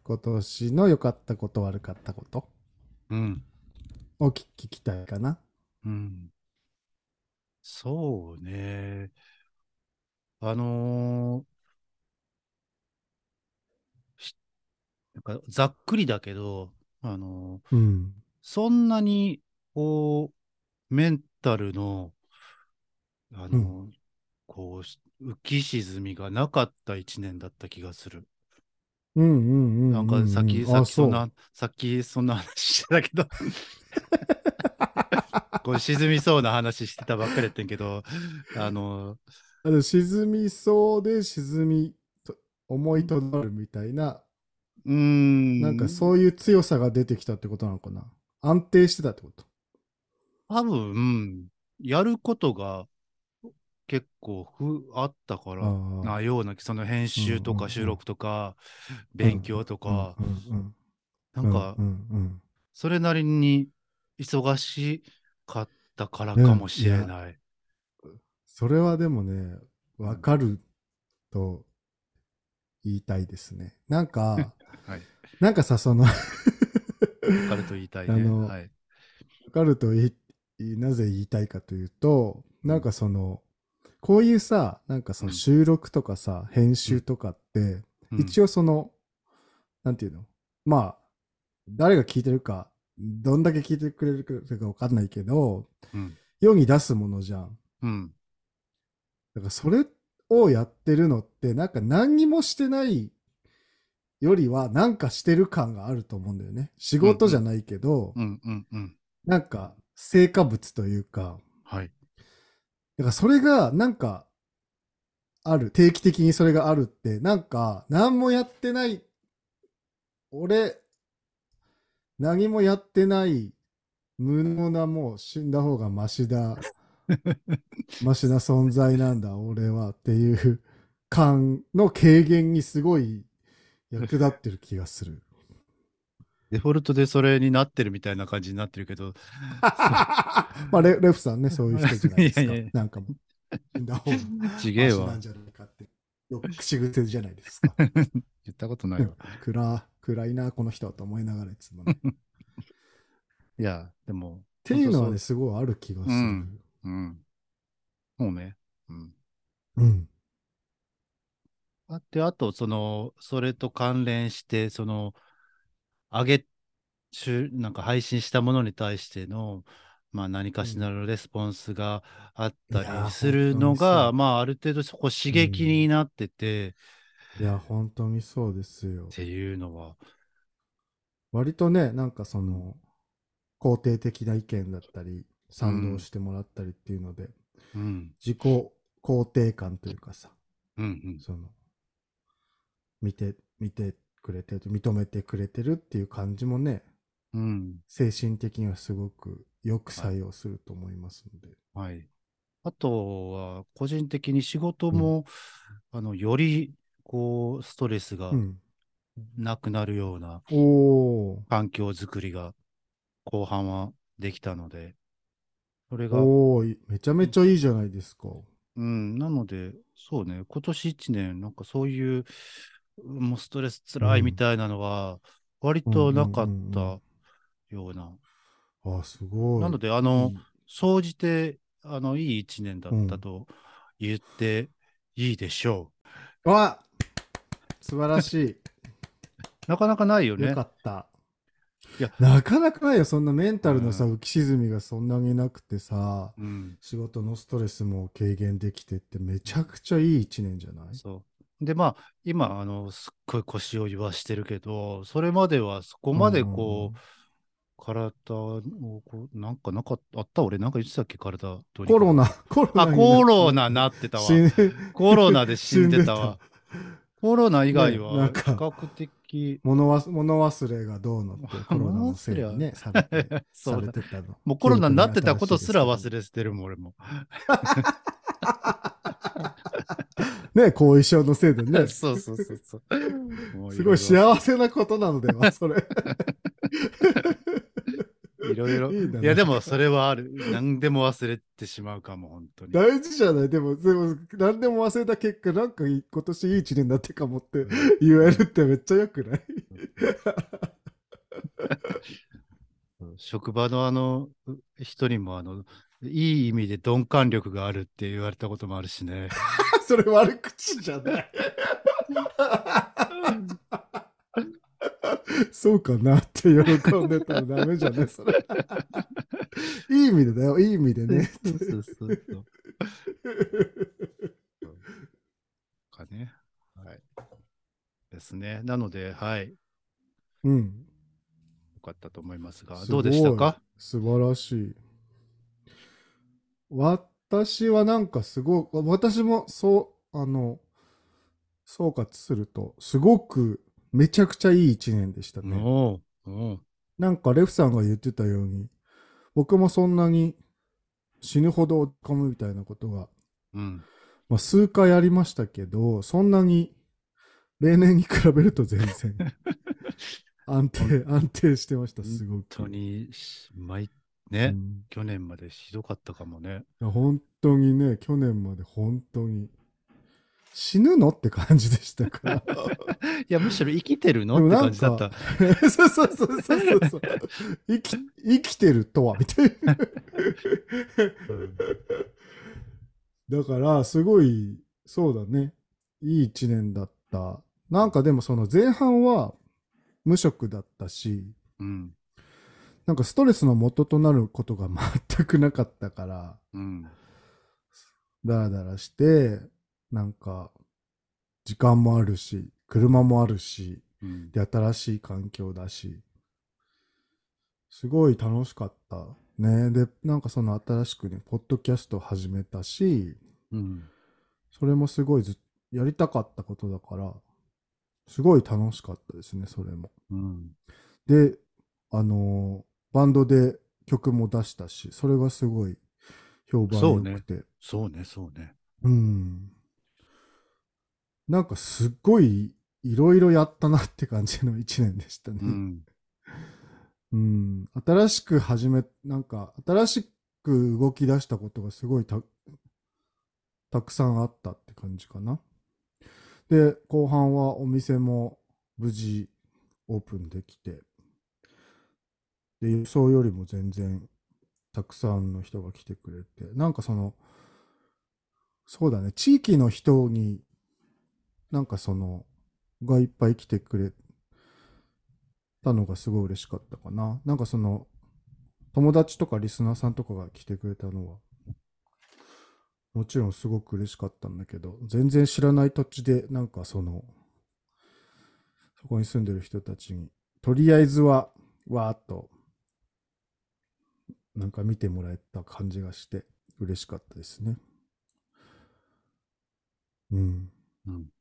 [SPEAKER 2] 今年の良かったこと、悪かったこと
[SPEAKER 1] うん。
[SPEAKER 2] を聞聞きたいかな。
[SPEAKER 1] うん。そうね。あのーしなんかざっくりだけど、あのー
[SPEAKER 2] うん。
[SPEAKER 1] そんなに、こう、メンタルの、あのーこうし、浮き沈みがなかった一年だった気がする。
[SPEAKER 2] うんうんうんうん、うん。
[SPEAKER 1] なんかさっき、さ
[SPEAKER 2] あ
[SPEAKER 1] っきそん
[SPEAKER 2] う
[SPEAKER 1] な、さっきそんな話してたけ
[SPEAKER 2] [LAUGHS]
[SPEAKER 1] ど、こう沈みそうな話してたばっかりやってんけど、あの、
[SPEAKER 2] あの沈みそうで沈みと、思いとどるみたいな、
[SPEAKER 1] うーん、
[SPEAKER 2] なんかそういう強さが出てきたってことなのかな。安定してたってこと。
[SPEAKER 1] 多分、うんやることが結構ふあったから
[SPEAKER 2] ああ
[SPEAKER 1] なような、その編集と
[SPEAKER 2] うんうん
[SPEAKER 1] か
[SPEAKER 2] うん
[SPEAKER 1] 収録とか、勉強とか、
[SPEAKER 2] うんうん
[SPEAKER 1] なんか
[SPEAKER 2] うんうんうん
[SPEAKER 1] それなりに忙しかったからかもしれない。
[SPEAKER 2] それはでもね、わかると言いたいですね。なんか、
[SPEAKER 1] [LAUGHS] はい。
[SPEAKER 2] なんかさ、その、わ
[SPEAKER 1] わかると言いたいね。
[SPEAKER 2] あの
[SPEAKER 1] はい。
[SPEAKER 2] かると言い、なぜ言いたいかというと、なんかその、こういうさ、なんかその
[SPEAKER 1] うん
[SPEAKER 2] 収録とかさ、編集とかって、一
[SPEAKER 1] 応、
[SPEAKER 2] 応その、なんていうのまあ、誰が聞いてるか、どんだけ聞いてくれるかわかんないけど、
[SPEAKER 1] うん。
[SPEAKER 2] 世に出すものじゃん。
[SPEAKER 1] うん。
[SPEAKER 2] だからそれをやってるのってなんか何にもしてないよりはなんかしてる感があると思うんだよね。仕事じゃないけど、
[SPEAKER 1] うんうんうん。
[SPEAKER 2] なんか成果物というか、
[SPEAKER 1] はい。
[SPEAKER 2] だからそれがなんかある、定期的にそれがあるって、なんか何もやってない、俺、何もやってない、無能なもう死んだ方がマ
[SPEAKER 1] [LAUGHS]
[SPEAKER 2] シだ、マシな存在なんだ、俺はっていう感の軽減にすごい役立ってる気が
[SPEAKER 1] [LAUGHS]
[SPEAKER 2] する。
[SPEAKER 1] デフォルトでそれになってるみたいな感じになってるけど、
[SPEAKER 2] まあレ、レフさんね、そういう人じゃないですか。
[SPEAKER 1] いやいやいや
[SPEAKER 2] なんかもう、死んだ方が
[SPEAKER 1] ちげ
[SPEAKER 2] マ
[SPEAKER 1] え
[SPEAKER 2] シ
[SPEAKER 1] わ
[SPEAKER 2] なん。じゃないかって、よく口癖じゃないですか。
[SPEAKER 1] 言ったことないわ。
[SPEAKER 2] 暗暗いなこの人はと思いながらいつもね。っ
[SPEAKER 1] いや、でも、
[SPEAKER 2] ていうのは
[SPEAKER 1] 本当そう
[SPEAKER 2] ねすごいある気がする。
[SPEAKER 1] うんうん。もうね。うん。
[SPEAKER 2] うん
[SPEAKER 1] あで、あと、その、それと関連して、その、上げ、しゅなんか配信したものに対しての、まあ何かしらのレスポンスがあった
[SPEAKER 2] いやー
[SPEAKER 1] りするの
[SPEAKER 2] 本当に
[SPEAKER 1] が、
[SPEAKER 2] そう
[SPEAKER 1] まあある程度そこ刺激になってて、
[SPEAKER 2] いや本当にそうですよ
[SPEAKER 1] っ。ていうのは、
[SPEAKER 2] 割とねなんかその肯定的な意見だったり賛同してもらったりっていうので、
[SPEAKER 1] うん、
[SPEAKER 2] 自己肯定感というかさ
[SPEAKER 1] うん、うん。
[SPEAKER 2] その見て見てくれてる、認めてくれてるっていう感じもね、
[SPEAKER 1] うん。
[SPEAKER 2] 精神的にはすごくよく作用すると思いますので。
[SPEAKER 1] はい。あとは、個人的に仕事も、あの、より、こう、ストレスが
[SPEAKER 2] うん。
[SPEAKER 1] なくなるような
[SPEAKER 2] おお
[SPEAKER 1] 環境づくりが、後半はできたので、それ
[SPEAKER 2] ー。
[SPEAKER 1] が、
[SPEAKER 2] おおー、いめちゃめちゃいいじゃないですか。
[SPEAKER 1] うん、なので、そうね、今年一年、なんかそういう、もうストレス辛いみたいなのは、割となかっ
[SPEAKER 2] うんうんうんう
[SPEAKER 1] たような。
[SPEAKER 2] ああ、すごい。
[SPEAKER 1] なので、あ
[SPEAKER 2] う
[SPEAKER 1] の
[SPEAKER 2] ん、、
[SPEAKER 1] 総じて、あの、いい一年だったと言っていいでしょ
[SPEAKER 2] わ素晴らし
[SPEAKER 1] う。なかなかないよ
[SPEAKER 2] い。
[SPEAKER 1] [LAUGHS]
[SPEAKER 2] よ
[SPEAKER 1] ね
[SPEAKER 2] か。った。
[SPEAKER 1] いや
[SPEAKER 2] なかなかないよ、そんなメンタルのさ、
[SPEAKER 1] うん
[SPEAKER 2] 浮き沈みがそんなになくてさ、
[SPEAKER 1] うん、
[SPEAKER 2] 仕事のストレスも軽減できてって、めちゃくちゃいい一年じゃない
[SPEAKER 1] そう。で、まあ、今、あの、すっごい腰を言わしてるけど、それまではそこまでこう、体をこう、なんかなかった、あった俺なんか言ってたっけ、体どうに
[SPEAKER 2] うん、
[SPEAKER 1] か
[SPEAKER 2] コロナ、 [LAUGHS] コロナ
[SPEAKER 1] あ、
[SPEAKER 2] になっ
[SPEAKER 1] コロナなっ
[SPEAKER 2] て。
[SPEAKER 1] てたわ
[SPEAKER 2] 死。ぬ
[SPEAKER 1] コロナで死んでたわ。コロナ以外
[SPEAKER 2] ねな
[SPEAKER 1] は、
[SPEAKER 2] ん
[SPEAKER 1] 比
[SPEAKER 2] か
[SPEAKER 1] 較的、
[SPEAKER 2] 物忘物忘れがどうのってコロナのせいにね、され
[SPEAKER 1] [LAUGHS]
[SPEAKER 2] て
[SPEAKER 1] そ
[SPEAKER 2] さ
[SPEAKER 1] う
[SPEAKER 2] れ
[SPEAKER 1] だ。
[SPEAKER 2] てたの。
[SPEAKER 1] もうコロナになってたことすら
[SPEAKER 2] れ
[SPEAKER 1] 忘れてるもん、俺も。
[SPEAKER 2] ね、後遺症のせいでね。
[SPEAKER 1] [LAUGHS] そうそうそうそう。もう
[SPEAKER 2] すごい
[SPEAKER 1] ろ
[SPEAKER 2] 幸せなことなのでは、
[SPEAKER 1] [LAUGHS]
[SPEAKER 2] それ。
[SPEAKER 1] いろいろ。
[SPEAKER 2] いいない
[SPEAKER 1] や、でもそれはある。何でも忘れてしまうかも、本当に。
[SPEAKER 2] 大事じゃないでも、でも、何でも忘れた結果、なんかいい今年いい一年になってかもって言えるってめっちゃ良くない [LAUGHS]
[SPEAKER 1] 職場のあの、う人にもあの、いい意味で鈍感力があるって言われたこともあるしね。
[SPEAKER 2] それ悪口じゃ
[SPEAKER 1] [LAUGHS]
[SPEAKER 2] ない。そうかなって喜んでたらダメじゃないそれ。いい意味でだよ、いい意味
[SPEAKER 1] [LAUGHS]
[SPEAKER 2] でね。
[SPEAKER 1] そうそうそうそう。かね。はい。ですね。なので、はい。よ
[SPEAKER 2] うん。
[SPEAKER 1] かったと思いますが、
[SPEAKER 2] す
[SPEAKER 1] どう
[SPEAKER 2] ごい
[SPEAKER 1] でしたか
[SPEAKER 2] 素晴らしい。私はなんかすごく、私もそう、あの、総括すると、すごくめちゃくちゃいい一年でしたね。
[SPEAKER 1] おうおう
[SPEAKER 2] なんかレフさんが言ってたように、僕もそんなに死ぬほど落ち込むみたいなことが、
[SPEAKER 1] うん。
[SPEAKER 2] まあ、数回ありましたけど、そんなに例年に比べると全然
[SPEAKER 1] [LAUGHS]
[SPEAKER 2] 安定、安定してました、すご
[SPEAKER 1] 本
[SPEAKER 2] く。
[SPEAKER 1] 当に、し毎、
[SPEAKER 2] う
[SPEAKER 1] ね、
[SPEAKER 2] ん
[SPEAKER 1] 去年までひどかったかもね。
[SPEAKER 2] いや本当にね、去年まで本当に死ぬのって感じでしたから。
[SPEAKER 1] いや、むしろ生きてるの
[SPEAKER 2] で
[SPEAKER 1] っ
[SPEAKER 2] も
[SPEAKER 1] て
[SPEAKER 2] な
[SPEAKER 1] 感
[SPEAKER 2] ん
[SPEAKER 1] じだ
[SPEAKER 2] か
[SPEAKER 1] った。
[SPEAKER 2] そうそうそうそうそうそう生き。生きてるとは、みたいな。
[SPEAKER 1] うん
[SPEAKER 2] だから、すごい、そうだね。いい一年だった。なんかでもその前半は無職だったし、
[SPEAKER 1] うん。
[SPEAKER 2] なんかストレスの元となることが全くなかったから、
[SPEAKER 1] うん。
[SPEAKER 2] ダラダラして、なんか、時間もあるし、車もあるし、
[SPEAKER 1] うん。
[SPEAKER 2] で、新しい環境だし、すごい楽しかった。ね。で、なんかその新しくね、ポッドキャストを始めたし、
[SPEAKER 1] うん。
[SPEAKER 2] それもすごいずっやりたかったことだから、すごい楽しかったですね、それも。
[SPEAKER 1] うん。
[SPEAKER 2] で、あのーバンドで曲も出したし、それがすごい評判
[SPEAKER 1] そう
[SPEAKER 2] 良
[SPEAKER 1] ね
[SPEAKER 2] くて。
[SPEAKER 1] そうね、そうね。
[SPEAKER 2] うん。なんかすっごいいろいろやったなって感じの一年でしたね。
[SPEAKER 1] うん。
[SPEAKER 2] うん新しく始め、なんか新しく動き出したことがすごいたたくさんあったって感じかな。で、後半はお店も無事オープンできて、で、予想よりも全然たくさんの人が来てくれて、なんかその、そうだね、地域の人に、なんかその、がいっぱい来てくれたのがすごい嬉しかったかな。なんかその、友達とかリスナーさんとかが来てくれたのは、もちろんすごく嬉しかったんだけど、全然知らない土地で、なんかその、そこに住んでる人たちに、とりあえずは、わーっと、なんか見てもらえた感じがして、嬉しかったですね。うん。
[SPEAKER 1] うん。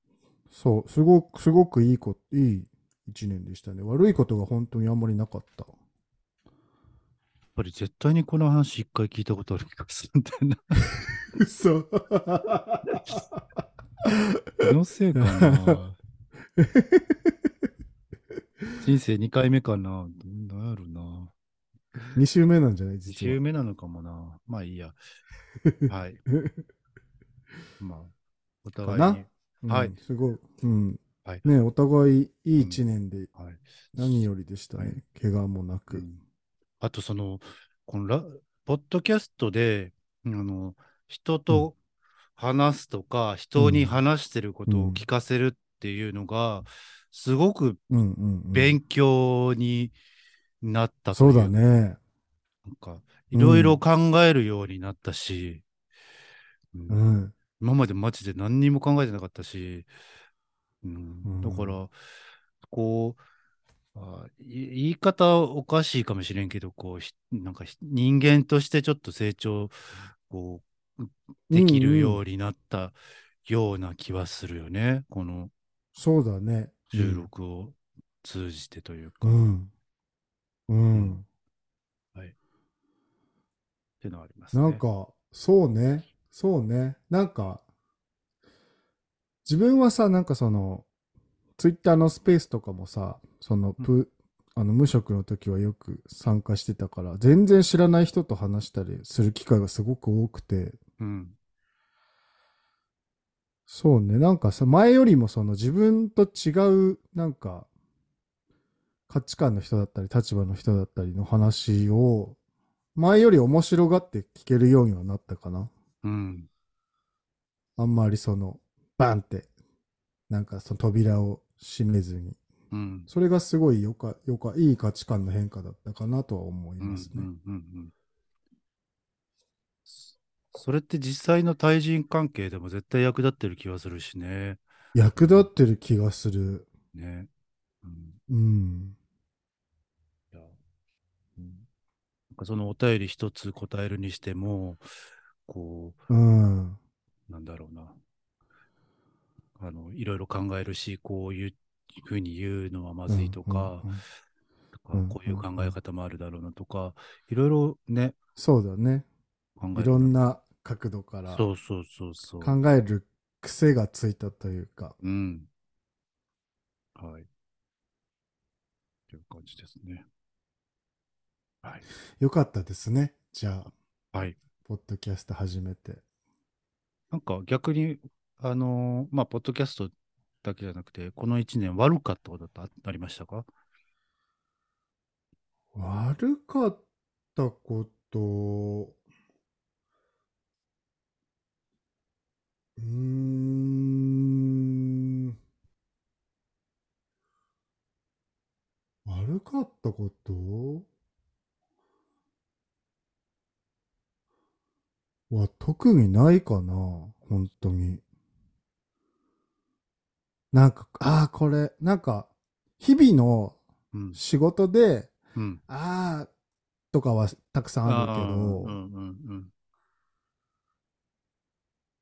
[SPEAKER 2] そう、すごく、すごくいいこ、いい1年でしたね。悪いことが本当にあんまりなかった。
[SPEAKER 1] ぱり絶対にこの話一回聞いたことある気がするんだよ
[SPEAKER 2] [LAUGHS]
[SPEAKER 1] な。
[SPEAKER 2] 嘘
[SPEAKER 1] 気のせいか
[SPEAKER 2] [LAUGHS]
[SPEAKER 1] な。人生2回目かな。なんやろな。
[SPEAKER 2] 2週目なんじゃない
[SPEAKER 1] 1
[SPEAKER 2] 実
[SPEAKER 1] 周
[SPEAKER 2] は。
[SPEAKER 1] 目なのかもな。まあいいや。
[SPEAKER 2] [LAUGHS]
[SPEAKER 1] はい。まあ、お互い
[SPEAKER 2] か
[SPEAKER 1] に
[SPEAKER 2] な。
[SPEAKER 1] 目はい
[SPEAKER 2] うんすごい。うん。
[SPEAKER 1] はい
[SPEAKER 2] ねお互いいい1年で
[SPEAKER 1] はい
[SPEAKER 2] 何よりでしたね。
[SPEAKER 1] はい
[SPEAKER 2] 怪我もなく。
[SPEAKER 1] うんあとその、このラ、ポッドキャストで、あの、人と話すとか、人に話してることを聞かせるっていうのが、すごく
[SPEAKER 2] うんうん、うん。
[SPEAKER 1] 勉強になったとい
[SPEAKER 2] そうだ。ね。
[SPEAKER 1] なんか、いろいろ考えるようになったし、うん
[SPEAKER 2] うん。
[SPEAKER 1] 今までマジで何にも考えてなかったし、うん
[SPEAKER 2] うん
[SPEAKER 1] だから、こう、あい言い方おかしいかもしれんけど、こう、ひなんかひ人間としてちょっと成長、こう、できるようになったような気はするよね。この
[SPEAKER 2] そうだね。
[SPEAKER 1] 収録を通じてというか、
[SPEAKER 2] う
[SPEAKER 1] っ
[SPEAKER 2] ん。うん。
[SPEAKER 1] てのはありますね。
[SPEAKER 2] なんか、そうね。そうね。なんか、自分はさ、なんかその、ツイッターのスペースとかもさ、その、
[SPEAKER 1] うん
[SPEAKER 2] ぷあの無職の時はよく参加してたから、全然知らない人と話したりする機会がすごく多くて、
[SPEAKER 1] うん、
[SPEAKER 2] そうね、なんかさ、前よりもその自分と違う、なんか、価値観の人だったり、立場の人だったりの話を、前より面白がって聞けるようにはなったかな。
[SPEAKER 1] うん、
[SPEAKER 2] あんまりその、バンって、なんかその扉を閉めずに。
[SPEAKER 1] うん。
[SPEAKER 2] それがすごいよか、よか、いい価値観の変化だったかなとは思います
[SPEAKER 1] う
[SPEAKER 2] ね。
[SPEAKER 1] んうんうんうんそそれって実際の対人関係でも絶対役立ってる気はするしね。
[SPEAKER 2] 役立ってる気がする。
[SPEAKER 1] ね。うん、
[SPEAKER 2] うん。
[SPEAKER 1] いやうんなんかそのお便り一つ答えるにしても、こ
[SPEAKER 2] うん。
[SPEAKER 1] う、なんだろうな。あの、いろいろ考えるし、こういうふうに言うのはまずいとか
[SPEAKER 2] うん、うんうん
[SPEAKER 1] とか
[SPEAKER 2] うん
[SPEAKER 1] こういう考え方もあるだろうなとか、いろいろね、
[SPEAKER 2] そうだね。
[SPEAKER 1] 考え
[SPEAKER 2] いろんな角度から
[SPEAKER 1] そうそうそうそう。
[SPEAKER 2] 考える癖がついたというか。
[SPEAKER 1] うん。はい。という感じですね。はい。
[SPEAKER 2] よかったですね。じゃあ、
[SPEAKER 1] はい。
[SPEAKER 2] ポッドキャスト始めて。
[SPEAKER 1] なんか逆に、あのーまあ、ポッドキャストだけじゃなくて、この1年悪かったことってあありましたか
[SPEAKER 2] 悪かったこと、うーん。悪かったことは特にないかな、本当に。なんか、ああ、これ、なんか、日々の
[SPEAKER 1] うん。
[SPEAKER 2] 仕事で、
[SPEAKER 1] うん。
[SPEAKER 2] あーとかはたくさんあるけど、
[SPEAKER 1] ーうんうんうん。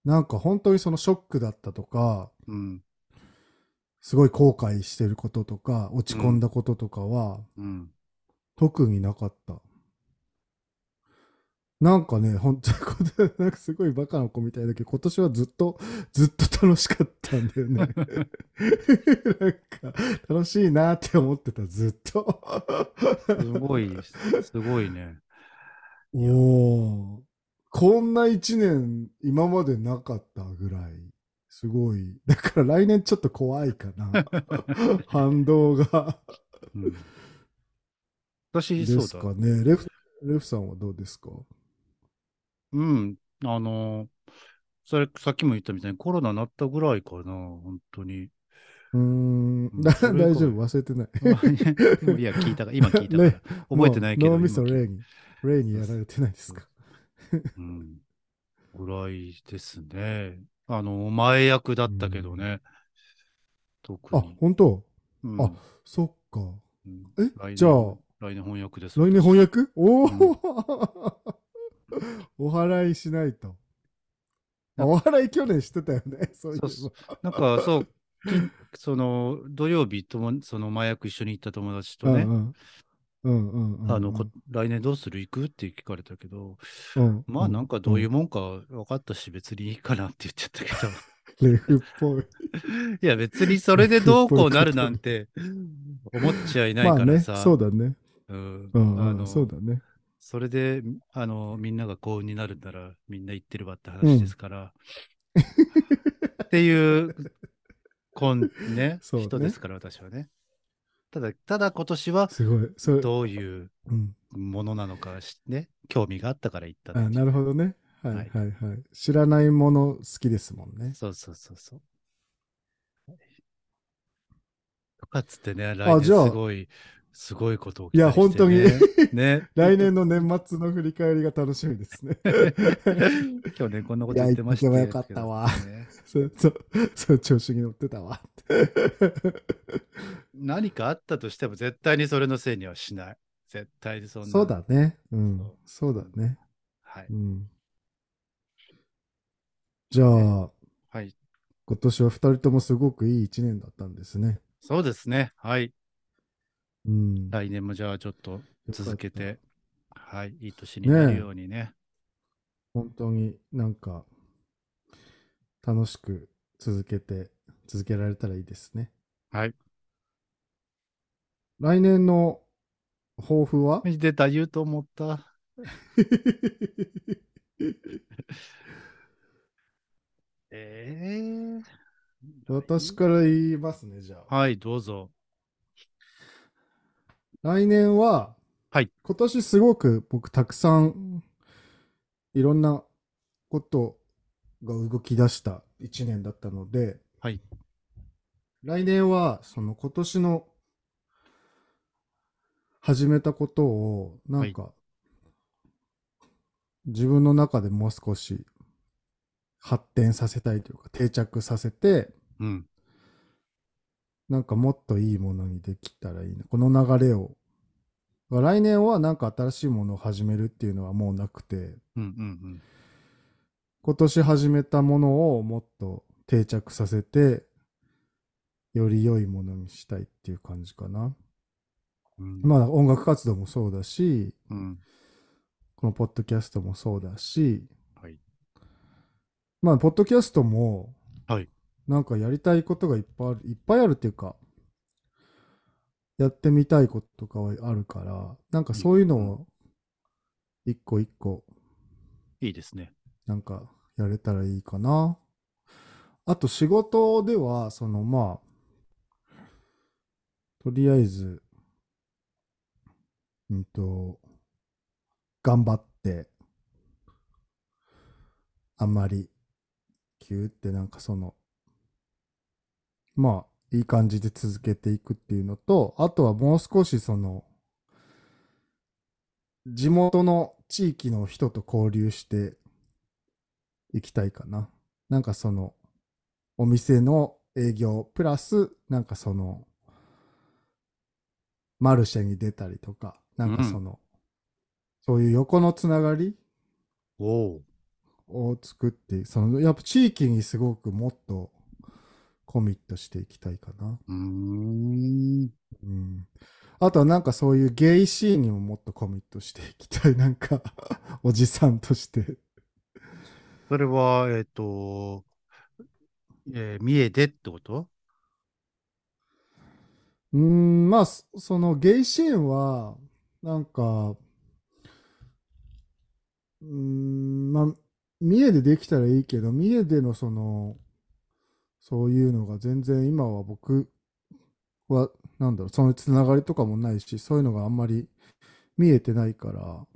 [SPEAKER 2] なんか本当にそのショックだったとか、
[SPEAKER 1] うん。
[SPEAKER 2] すごい後悔してることとか、落ち込んだこととかは、
[SPEAKER 1] うん。
[SPEAKER 2] 特になかった。なんかね、本当にこれ、 [LAUGHS] なんかすごいバカな子みたいだけど、今年はずっと、ずっと楽しかったんだよね。 [LAUGHS] なんか、楽しいなって思ってた、ずっと。
[SPEAKER 1] すごい、すごいね。
[SPEAKER 2] おーこんな一年今までなかったぐらい、すごい。だから来年ちょっと怖いか
[SPEAKER 1] [LAUGHS]
[SPEAKER 2] な。反動が。
[SPEAKER 1] うん、
[SPEAKER 2] で
[SPEAKER 1] 私、そう
[SPEAKER 2] す
[SPEAKER 1] だ。
[SPEAKER 2] かね。レフ、レフさんはどうですか
[SPEAKER 1] うん。あのーそれ、さっきも言ったみたいにコロナなったぐらいかな、本当に。
[SPEAKER 2] うーん
[SPEAKER 1] うん、
[SPEAKER 2] だ
[SPEAKER 1] それ
[SPEAKER 2] 大
[SPEAKER 1] 以外
[SPEAKER 2] 丈夫、忘れ
[SPEAKER 1] [LAUGHS]
[SPEAKER 2] てない。
[SPEAKER 1] うんいや、聞いたか、今聞いたか
[SPEAKER 2] ね
[SPEAKER 1] ら。覚えてないけど。
[SPEAKER 2] もう脳みそ
[SPEAKER 1] 今聞い
[SPEAKER 2] レイに、レイにやられてないですか。
[SPEAKER 1] うん。ぐらいですね。あの、お前役だったけどね。特
[SPEAKER 2] あ
[SPEAKER 1] に、。
[SPEAKER 2] 本当
[SPEAKER 1] うん
[SPEAKER 2] あそっか。
[SPEAKER 1] うん
[SPEAKER 2] え
[SPEAKER 1] 来年
[SPEAKER 2] じゃあ
[SPEAKER 1] 来年翻訳です。
[SPEAKER 2] 来年翻訳おお、 [LAUGHS] お祓いしないと。あお祓い去年してたよね。そういえば
[SPEAKER 1] そうっすなんか、そう、 [LAUGHS] その、土曜日とも、その麻薬一緒に行った友達とね、
[SPEAKER 2] うんうんうんうんうん
[SPEAKER 1] あの、こ来年どうする行くって聞かれたけど、
[SPEAKER 2] うん
[SPEAKER 1] まあなんかどういううもんか分かったし、別にいいかなって言っちゃったけど。
[SPEAKER 2] んレフっぽい
[SPEAKER 1] [LAUGHS] いや、別にそれでどうこうなるなんて思っちゃいない
[SPEAKER 2] ま
[SPEAKER 1] か
[SPEAKER 2] あ
[SPEAKER 1] ら
[SPEAKER 2] ね
[SPEAKER 1] さ。
[SPEAKER 2] そうだね
[SPEAKER 1] うん
[SPEAKER 2] うん
[SPEAKER 1] あ
[SPEAKER 2] う
[SPEAKER 1] の
[SPEAKER 2] んそうだね
[SPEAKER 1] それで、あの、みんなが幸運になるなら、みんな言ってるわって話ですから。っていう、こん、ね、
[SPEAKER 2] そうね
[SPEAKER 1] 人ですから、私はね。ただ、ただ今年は、
[SPEAKER 2] すごいそれ
[SPEAKER 1] どういう
[SPEAKER 2] うん
[SPEAKER 1] ものなのかし、ね、興味があったから言っただけ
[SPEAKER 2] あなるほどねはい
[SPEAKER 1] は
[SPEAKER 2] はいいはい知らないもの好きですもんね
[SPEAKER 1] そうそうそうそう。とかっつってね、来
[SPEAKER 2] あ
[SPEAKER 1] 年す
[SPEAKER 2] じゃあ
[SPEAKER 1] ごい、すごいことを期
[SPEAKER 2] いや
[SPEAKER 1] 待して、ね。
[SPEAKER 2] 本。
[SPEAKER 1] 当に。ね
[SPEAKER 2] [LAUGHS] 来年の年末の振り返りが楽しみで
[SPEAKER 1] [LAUGHS]
[SPEAKER 2] すね
[SPEAKER 1] 去年こんなこと言ってました
[SPEAKER 2] いや言ってばよかったわ
[SPEAKER 1] ね
[SPEAKER 2] そうそうそう調子に乗ってたわ
[SPEAKER 1] 何かあったとしても絶対にそれのせいにはしない。絶対にそんな。
[SPEAKER 2] そう。だねうんそうだね
[SPEAKER 1] はい。
[SPEAKER 2] うんじゃあ
[SPEAKER 1] はい。
[SPEAKER 2] 今年は2人ともすごくいい1年だったんですね。
[SPEAKER 1] そうですね。はい。
[SPEAKER 2] うん。
[SPEAKER 1] 来年もじゃあちょっと続けて、はい。いい年に
[SPEAKER 2] ねえ
[SPEAKER 1] なるようにね。
[SPEAKER 2] 本当になんか、楽しく続けて、続けられたらいいですね。
[SPEAKER 1] はい。
[SPEAKER 2] 来年の抱負は
[SPEAKER 1] 出た、言うと思った。ええ
[SPEAKER 2] [LAUGHS] 私から言いますね、じゃあ。
[SPEAKER 1] はい、どうぞ。
[SPEAKER 2] 来年は、
[SPEAKER 1] はい
[SPEAKER 2] 今年すごく僕たくさんいろんなことが動き出した1年だったので、
[SPEAKER 1] はい
[SPEAKER 2] 来年はその今年の始めたことをなんか、自分の中でもう少し発展させたいというか定着させて
[SPEAKER 1] うん。
[SPEAKER 2] なんかもっといいものにできたらいいな。この流れを。来年はなんか新しいものを始めるっていうのはもうなくて、
[SPEAKER 1] うんうん
[SPEAKER 2] 今年始めたものをもっと定着させて、より良いものにしたいっていう感じかな。
[SPEAKER 1] うん。
[SPEAKER 2] まあ音楽活動もそうだし、
[SPEAKER 1] うん。
[SPEAKER 2] このポッドキャストもそうだし、
[SPEAKER 1] はい。
[SPEAKER 2] まあポッドキャストも、
[SPEAKER 1] はい
[SPEAKER 2] なんかやりたいことがいっぱいある、いっぱいあるっていうか、やってみたいこととかはあるから、なんかそういうのを一個一個
[SPEAKER 1] いいですね。
[SPEAKER 2] なんかやれたらいいかな。あと仕事では、そのまあ、とりあえず、うんと、頑張って、あんまり、急ってなんかその、まあ、いい感じで続けていくっていうのと、あとはもう少しその、地元の地域の人と交流して行きたいかな。なんかその、お店の営業プラス、なんかその、マルシェに出たりとか、なんかその、そういう横のつながり
[SPEAKER 1] おお。
[SPEAKER 2] を作って、その、やっぱ地域にすごくもっとコミットしていきたいかな。
[SPEAKER 1] うーん。
[SPEAKER 2] うん。あとはなんかそういうゲイシーンにももっとコミットしていきたい。 [LAUGHS] なんか、おじさんとして。
[SPEAKER 1] それは、えっ、と、えー、三重でってこと
[SPEAKER 2] うーん、まあ、そそのゲイシーンは、なんか、うーん、まあ、三重でできたらいいけど、三重でのその、そういうのが全然今は僕は、なんだろう、そのつながりとかもないし、そういうのがあんまり見えてないから、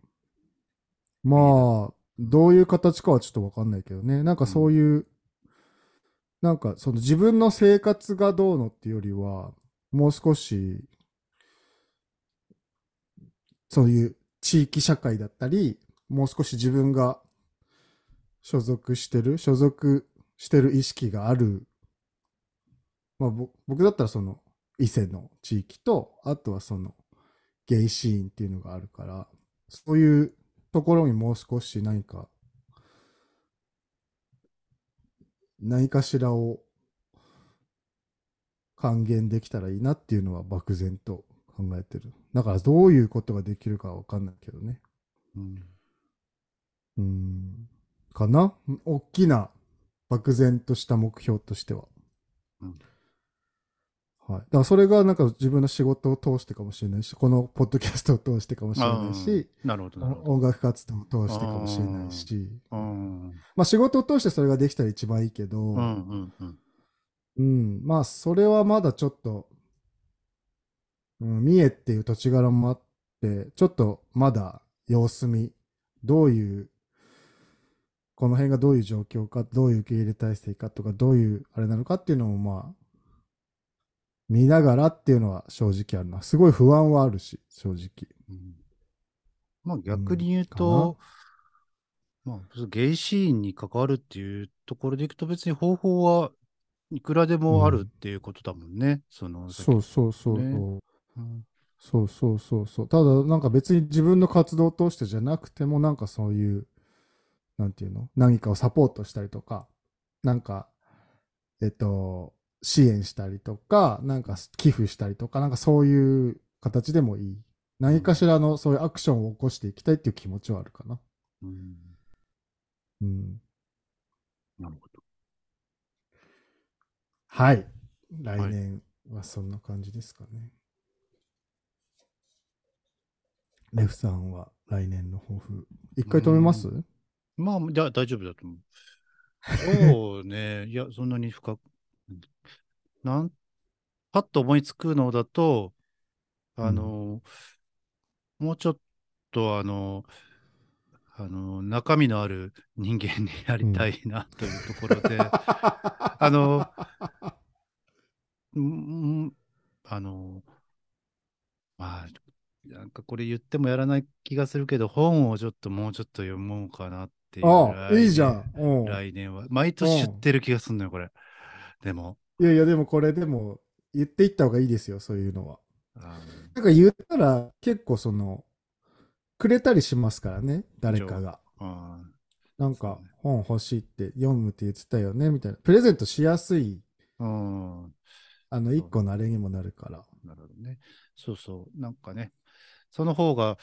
[SPEAKER 2] まあ、どういう形かはちょっとわかんないけどね、なんかそういう、なんかその自分の生活がどうのっていうよりは、もう少し、そういう地域社会だったり、もう少し自分が所属してる、所属してる意識がある、まあ、ぼ僕だったらその伊勢の地域と、あとはそのゲイシーンっていうのがあるから、そういうところにもう少し何か、何かしらを還元できたらいいなっていうのは漠然と考えてる。だからどういうことができるかはわかんないけどね。
[SPEAKER 1] うん
[SPEAKER 2] うーん。かな大きな漠然とした目標としては。
[SPEAKER 1] うん
[SPEAKER 2] はい。だからそれがなんか自分の仕事を通してかもしれないし、このポッドキャストを通してかもしれないし、
[SPEAKER 1] あーなるほど、なるほど。
[SPEAKER 2] 音楽活動を通してかもしれないし、
[SPEAKER 1] うん、うん、
[SPEAKER 2] まあ仕事を通してそれができたら一番いいけど、
[SPEAKER 1] うん、うん。
[SPEAKER 2] うん、まあそれはまだちょっと、うん、三重っていう土地柄もあってちょっとまだ様子見どういうこの辺がどういう状況かどういう受け入れ体制かとかどういうあれなのかっていうのもまあ見ながらっていうのは正直あるなすごい不安はあるし正直
[SPEAKER 1] うんまあ逆に言うと、まあ、ゲイシーンに関わるっていうところでいくと別に方法はいくらでもあるっていうことだもんね。そのさっき
[SPEAKER 2] そうそうそうそう、
[SPEAKER 1] ねうん
[SPEAKER 2] そうそうそうそう。ただ、なんか別に自分の活動を通してじゃなくても、なんかそういう、なんていうの何かをサポートしたりとか、なんか、えっと、支援したりとか、なんか寄付したりとか、なんかそういう形でもいい。何かしらのそういうアクションを起こしていきたいっていう気持ちはあるかな。
[SPEAKER 1] うん
[SPEAKER 2] うん。
[SPEAKER 1] なるほど。
[SPEAKER 2] はい。来年はそんな感じですかね。レフさんは来年の抱負。一回止めます、
[SPEAKER 1] まあ、じゃあ大丈夫だと思う。そうね。 [LAUGHS] いや、そんなに深く。なん、パッと思いつくのだと、あの、もうちょっと、あの、あの、中身のある人間になりたいなというところで、あの、 [LAUGHS] うんうんあの、まあ、なんかこれ言ってもやらない気がするけど、本をちょっともうちょっと読もうかなっていう。
[SPEAKER 2] [LAUGHS] ああ、いいじゃ
[SPEAKER 1] 来
[SPEAKER 2] ん。う
[SPEAKER 1] 年。
[SPEAKER 2] ん
[SPEAKER 1] 来年は。毎年言ってる気がするのよ、これ。でも、
[SPEAKER 2] いやいや、でもこれでも言っていった方がいいですよ、そういうのは。
[SPEAKER 1] あの
[SPEAKER 2] なんか言ったら結構その、くれたりしますからね、誰かが。
[SPEAKER 1] あ
[SPEAKER 2] なんか本欲しいって読むって言ってたよね、みたいな。プレゼントしやすい、
[SPEAKER 1] ーうん、
[SPEAKER 2] あの、一個のあれにもなるから。
[SPEAKER 1] なるほどね。そうそう、なんかね、その方が、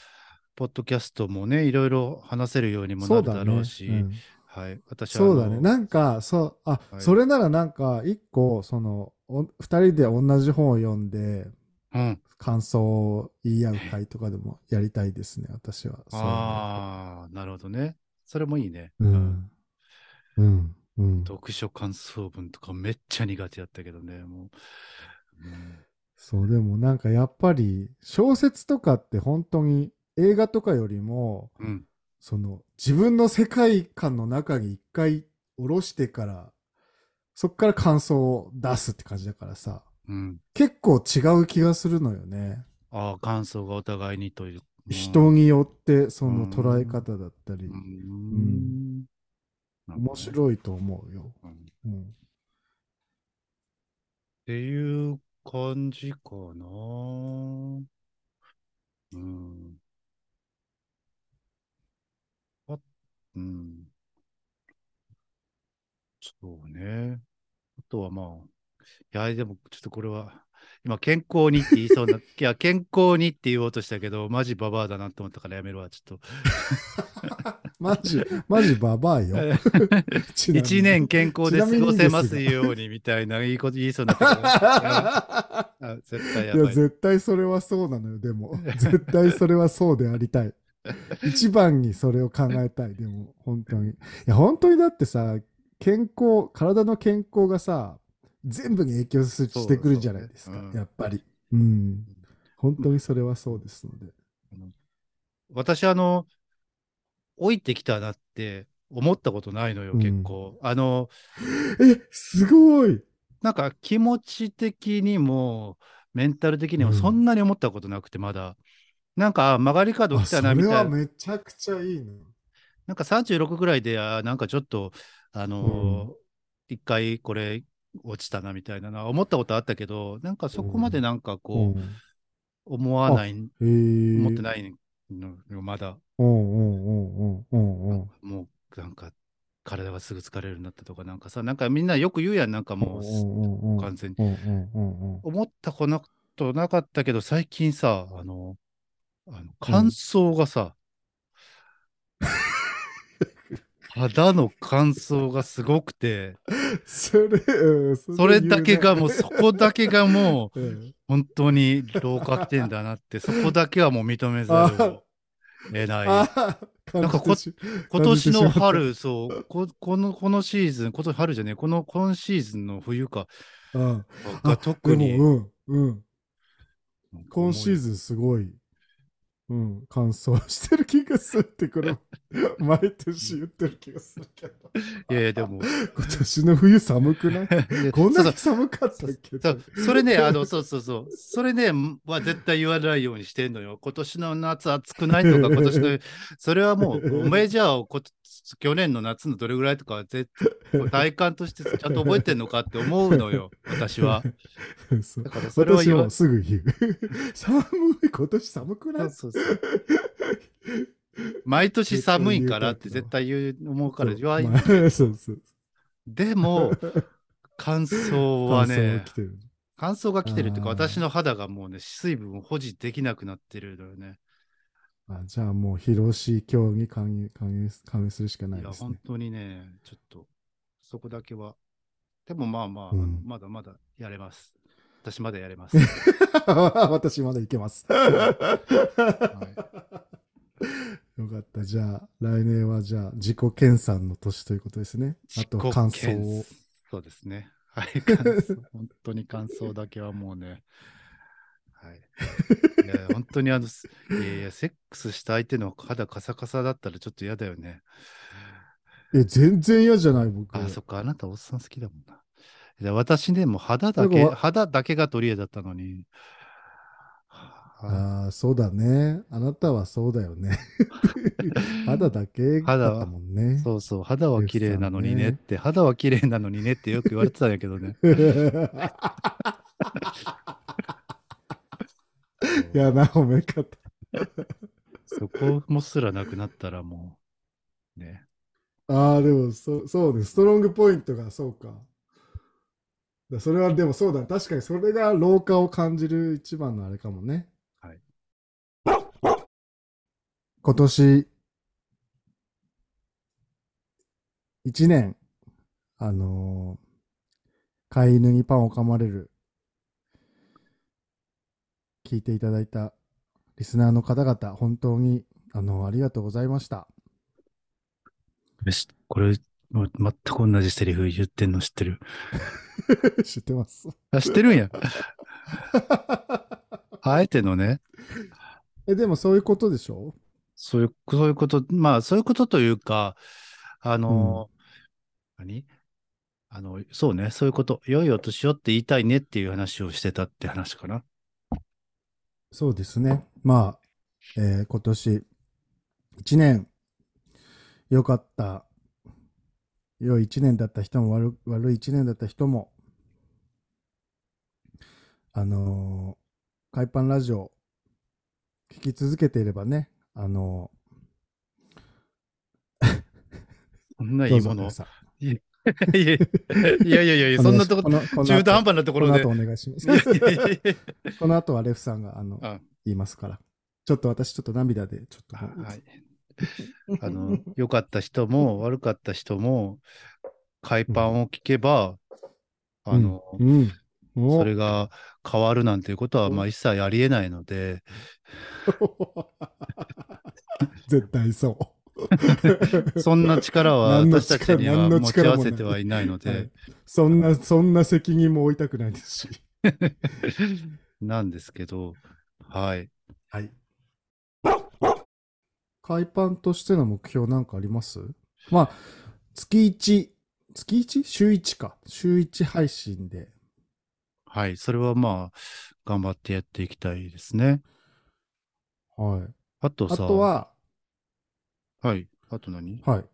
[SPEAKER 1] ポッドキャストもね、いろいろ話せるようにも
[SPEAKER 2] そ
[SPEAKER 1] な
[SPEAKER 2] う
[SPEAKER 1] るだ
[SPEAKER 2] だ
[SPEAKER 1] ろ
[SPEAKER 2] ね。
[SPEAKER 1] うし、
[SPEAKER 2] うん
[SPEAKER 1] はい、私はあ
[SPEAKER 2] そ
[SPEAKER 1] の、
[SPEAKER 2] うだね。なんか、そう、あ、
[SPEAKER 1] はい
[SPEAKER 2] それならなんか、一個、その、お二人で同じ本を読んで、
[SPEAKER 1] うん、
[SPEAKER 2] 感想を言い合う会とかでもやりたいですね、私は。そういうの
[SPEAKER 1] ああ、なるほどね。それもいいね。
[SPEAKER 2] う、ん。うん。うん。
[SPEAKER 1] 読書感想文とかめっちゃ苦手やったけどね、もう。うん
[SPEAKER 2] そう、でもなんかやっぱり、小説とかって本当に映画とかよりも、
[SPEAKER 1] うん、
[SPEAKER 2] その、自分の世界観の中に一回下ろしてから、そっから感想を出すって感じだからさ、
[SPEAKER 1] うん。
[SPEAKER 2] 結構違う気がするのよね。
[SPEAKER 1] ああ、感想がお互いにという。うん
[SPEAKER 2] 人によってその
[SPEAKER 1] うん
[SPEAKER 2] 捉え方だったり
[SPEAKER 1] う、ん。
[SPEAKER 2] 面
[SPEAKER 1] い。
[SPEAKER 2] 白いと思うよ。
[SPEAKER 1] うんっ
[SPEAKER 2] うん、
[SPEAKER 1] ていう感じかな。うん。あ、うん。そうね。あとはまあ、いや、でもちょっとこれは、今、健康にって言い
[SPEAKER 2] [LAUGHS]
[SPEAKER 1] そうな、いや、健康にって言おうとしたけど、マジババアだなって思ったからやめるわ、ちょっと。
[SPEAKER 2] マジ、マジババアよ。
[SPEAKER 1] [LAUGHS]
[SPEAKER 2] ちなみに
[SPEAKER 1] 一年健康で過ごせますようにみたいな、いいこと言いそうになったか
[SPEAKER 2] [LAUGHS]
[SPEAKER 1] ら。うんあ絶対や
[SPEAKER 2] いや
[SPEAKER 1] ばい。
[SPEAKER 2] 絶対それはそうなのよでも絶対それはそうでありたい一番にそれを考えたいでも本当にいや本当にだってさ健康体の健康がさ全部に影響す
[SPEAKER 1] そう
[SPEAKER 2] してくるじゃないですか、
[SPEAKER 1] そうねうん
[SPEAKER 2] やっぱりうん本当にそれはそうですので、
[SPEAKER 1] 私、あの、老いてきたなって思ったことないのよ、
[SPEAKER 2] うん
[SPEAKER 1] 結構。あの、
[SPEAKER 2] えすごい
[SPEAKER 1] なんか気持ち的にも、メンタル的にも
[SPEAKER 2] うん
[SPEAKER 1] そんなに思ったことなくて、まだ。なんか、あ曲がり角
[SPEAKER 2] あ
[SPEAKER 1] 来た
[SPEAKER 2] そ
[SPEAKER 1] な、み
[SPEAKER 2] れ
[SPEAKER 1] た
[SPEAKER 2] はい
[SPEAKER 1] な。
[SPEAKER 2] めちゃくちゃいいな
[SPEAKER 1] なんか36ぐらいで、あなんかちょっと、あのー一回これ落ちたな、みたいなのは思ったことあったけど、なんかそこまでなんかこう、
[SPEAKER 2] うん
[SPEAKER 1] 思わない、
[SPEAKER 2] へえ
[SPEAKER 1] 思ってないいのよ、まだ。
[SPEAKER 2] うんうんうんうんうんうん
[SPEAKER 1] もうなんか、体がすぐ疲れるようになったとか、なんかさ、なんかみんなよく言うやん、なんかもう、
[SPEAKER 2] も
[SPEAKER 1] 完全に。
[SPEAKER 2] うんうんうんうん。
[SPEAKER 1] 思ったことなかったけど、最近さ、あの、あの乾燥がさ、肌の乾燥がすごくて、
[SPEAKER 2] それ、うん
[SPEAKER 1] それだけがもう、そこだけがもう、
[SPEAKER 2] 言うね、うん
[SPEAKER 1] 本当に老化来てんだなって、そこだけはもう認めざるを得な
[SPEAKER 2] あ
[SPEAKER 1] い。
[SPEAKER 2] ー
[SPEAKER 1] なんか
[SPEAKER 2] 感じてし
[SPEAKER 1] 今年の春、そう、ここの、このシーズン、今年春じゃねえ、この、今シーズンの冬か、
[SPEAKER 2] うん、
[SPEAKER 1] が特
[SPEAKER 2] で
[SPEAKER 1] に、
[SPEAKER 2] もうん、うん。
[SPEAKER 1] なんか
[SPEAKER 2] 今シーズンすごい、うん、乾燥してる気がするっ
[SPEAKER 1] [LAUGHS]
[SPEAKER 2] て、これ、毎年言ってる気がするけど。
[SPEAKER 1] いやいや、でも、
[SPEAKER 2] 今年の冬寒く
[SPEAKER 1] [LAUGHS]
[SPEAKER 2] ない
[SPEAKER 1] いや
[SPEAKER 2] こん
[SPEAKER 1] そ
[SPEAKER 2] な
[SPEAKER 1] うそ
[SPEAKER 2] に
[SPEAKER 1] う
[SPEAKER 2] 寒かったっけ
[SPEAKER 1] そう
[SPEAKER 2] [LAUGHS]
[SPEAKER 1] それね、あの、そうそうそう。それね、は絶対言わないようにしてんのよ。今年の夏暑くないと
[SPEAKER 2] [LAUGHS]
[SPEAKER 1] か、今年の、それはもう、おめえじゃあ、こ去年の夏のどれぐらいとかは絶、体感としてちゃんと覚えてんのかって思うのよ、私は。
[SPEAKER 2] そう
[SPEAKER 1] だからそれは
[SPEAKER 2] 私
[SPEAKER 1] 言わ
[SPEAKER 2] もすぐ言う。 [LAUGHS] 寒い、今年寒くない
[SPEAKER 1] そうそうそう毎年寒いからって絶対言う思うから言わ
[SPEAKER 2] い。
[SPEAKER 1] い
[SPEAKER 2] [LAUGHS] まあそうそう
[SPEAKER 1] でも、乾燥は
[SPEAKER 2] 乾燥 [LAUGHS]
[SPEAKER 1] ね
[SPEAKER 2] 来、てる
[SPEAKER 1] 乾燥が来てるっていうか、
[SPEAKER 2] あー
[SPEAKER 1] 私の肌がもうね、水分を保持できなくなってるのよね。
[SPEAKER 2] あじゃあもう広し競技加入加入す加入するしかないい
[SPEAKER 1] や、
[SPEAKER 2] です
[SPEAKER 1] 本
[SPEAKER 2] ね。
[SPEAKER 1] 当にね、ちょっと、そこだけは。でもまあまあ、
[SPEAKER 2] うん
[SPEAKER 1] あのまだまだやれます。私まだやれ
[SPEAKER 2] [LAUGHS]
[SPEAKER 1] ます。
[SPEAKER 2] 私まだいけます。よかった。じゃあ来年はじゃあ自己研鑽の年ということですね。あと
[SPEAKER 1] 自己
[SPEAKER 2] 感想を
[SPEAKER 1] 検。そうですね。はい、感想 [LAUGHS] 本当に感想だけはもうね。はい。いや、本当にあの、すいやいや、セックスした相手の肌カサカサだったらちょっと嫌だよね。
[SPEAKER 2] え、全然嫌じゃない僕。
[SPEAKER 1] あ、そっか、あなたおっさん好きだもんな。いや私ね、もう肌だけ、
[SPEAKER 2] なんかわ
[SPEAKER 1] 肌だけが取り柄だったのに。は
[SPEAKER 2] ああ、そうだね。あなたはそうだ
[SPEAKER 1] [LAUGHS]
[SPEAKER 2] よね。肌だけだったもん
[SPEAKER 1] い
[SPEAKER 2] ね。
[SPEAKER 1] そうそう、肌は綺麗なのにねっ
[SPEAKER 2] レフ
[SPEAKER 1] て、肌は綺麗なのにねってよく言われてたんやけど [LAUGHS] ね。
[SPEAKER 2] [LAUGHS] やな、褒め方。
[SPEAKER 1] そこもすらなくなったらもう、ね。
[SPEAKER 2] ああ、でもそ、そうです。ストロングポイントが、そうか。だそれは、でもそうだ。確かに、それが老化を感じる一番のあれかもね。
[SPEAKER 1] はい。
[SPEAKER 2] 今年、一年、あのー飼い犬にパンを噛まれる、聞いていただいたリスナーの方々、本当に、あのーありがとうござい
[SPEAKER 1] [LAUGHS]
[SPEAKER 2] ました。
[SPEAKER 1] よしこれ、もう全く同じセリフ言ってんの知ってる。
[SPEAKER 2] 知ってます。
[SPEAKER 1] あ、知ってるんや。 [LAUGHS] あえてのね、
[SPEAKER 2] え、でもそういうことでしょ
[SPEAKER 1] そういう、そういうこと、まあ、そういうことというか、あの、何あの、そうね、そういうこと、良いお年をって言いたいねっていう話をしてたって話かな。
[SPEAKER 2] そうですね。まあ、えー今年、1年、良かった、良い1年だった人も悪、悪い1年だった人も、あのー、海パンラジオ、聞き続けていればね、あの
[SPEAKER 1] そんな
[SPEAKER 2] ー、
[SPEAKER 1] い [LAUGHS] い
[SPEAKER 2] ど
[SPEAKER 1] う
[SPEAKER 2] ぞ
[SPEAKER 1] もの
[SPEAKER 2] 皆。さん
[SPEAKER 1] いやいやいや [LAUGHS] いや、そんなとこ
[SPEAKER 2] お、願いしこの
[SPEAKER 1] 中途半端なとこ
[SPEAKER 2] こ
[SPEAKER 1] ろ
[SPEAKER 2] の
[SPEAKER 1] で
[SPEAKER 2] 後。お願いします。
[SPEAKER 1] [LAUGHS] いやいやいや
[SPEAKER 2] この後はレフさんがあの
[SPEAKER 1] あ
[SPEAKER 2] 言いますから。ちょっと私、ちょっと涙で、ちょっともう。
[SPEAKER 1] [LAUGHS] はい。あの、良かった人も悪かった人も、海パンを聞けば、あの、
[SPEAKER 2] うん。うん
[SPEAKER 1] それが変わるなんていうことは、まあ一切ありえないので、
[SPEAKER 2] [LAUGHS] 絶対そう。 [LAUGHS]
[SPEAKER 1] [LAUGHS] そんな力は
[SPEAKER 2] 何の
[SPEAKER 1] 私
[SPEAKER 2] 力
[SPEAKER 1] たちには
[SPEAKER 2] 何の
[SPEAKER 1] 持ち合
[SPEAKER 2] 力
[SPEAKER 1] わ
[SPEAKER 2] もない
[SPEAKER 1] せてはいないの
[SPEAKER 2] は
[SPEAKER 1] で
[SPEAKER 2] い、そんな、そんな責任も負いたくないですし。
[SPEAKER 1] なんですけど、はい。
[SPEAKER 2] はい。海パンとしての目標なんかありますまあ、月1、月 1? 週1か。週1配信で。
[SPEAKER 1] はい。それはまあ、頑張ってやっていきたいですね。
[SPEAKER 2] はい。
[SPEAKER 1] あとさ、
[SPEAKER 2] あとは、
[SPEAKER 1] はい。あと何
[SPEAKER 2] はい。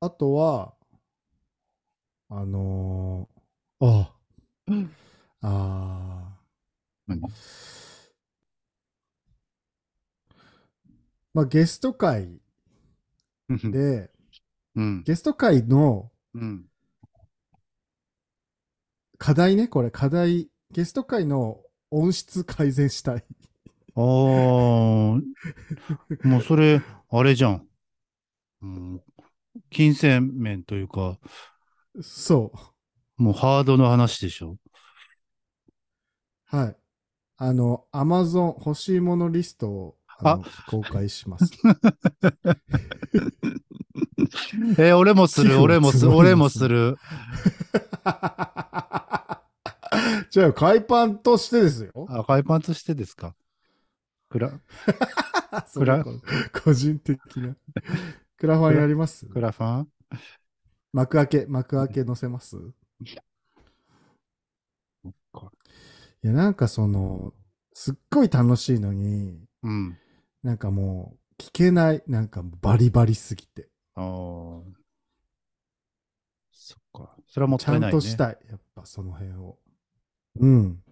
[SPEAKER 2] あとは、あのー、あ
[SPEAKER 1] うん
[SPEAKER 2] あ。ああ
[SPEAKER 1] 何。
[SPEAKER 2] まあ、ゲスト会
[SPEAKER 1] うん
[SPEAKER 2] で、
[SPEAKER 1] [LAUGHS] うん。
[SPEAKER 2] ゲスト会の [LAUGHS]
[SPEAKER 1] うん。
[SPEAKER 2] 課題ね、これ課題、ゲスト会の音質改善したい。 [LAUGHS]
[SPEAKER 1] ああ、もうそれ、あれじゃん。うん、金銭面というか、
[SPEAKER 2] そ
[SPEAKER 1] もうハードの話でしょ。
[SPEAKER 2] う。はい。あの、アマゾン欲しいものリストをあの公開します。
[SPEAKER 1] えー俺もす
[SPEAKER 2] 寄
[SPEAKER 1] る、
[SPEAKER 2] 付を
[SPEAKER 1] 俺もする、
[SPEAKER 2] 募
[SPEAKER 1] 俺
[SPEAKER 2] ります
[SPEAKER 1] もする。
[SPEAKER 2] [LAUGHS] じゃあ、海パンとしてで
[SPEAKER 1] [LAUGHS]
[SPEAKER 2] すよ。
[SPEAKER 1] 赤いパンツしてですかクラ、
[SPEAKER 2] それこ個人的な。 [LAUGHS] クラファンやります
[SPEAKER 1] クラファン
[SPEAKER 2] 幕開け、幕開け載せますいや、なんかその、すっごい楽しいのに、
[SPEAKER 1] うん。
[SPEAKER 2] なんかもう、聞けない、なんかもうバリバリすぎて。
[SPEAKER 1] ああ。そっか。それはもっ
[SPEAKER 2] ち
[SPEAKER 1] た
[SPEAKER 2] ゃ
[SPEAKER 1] い
[SPEAKER 2] ん
[SPEAKER 1] ないね。
[SPEAKER 2] としたい、やっぱその辺を。うん。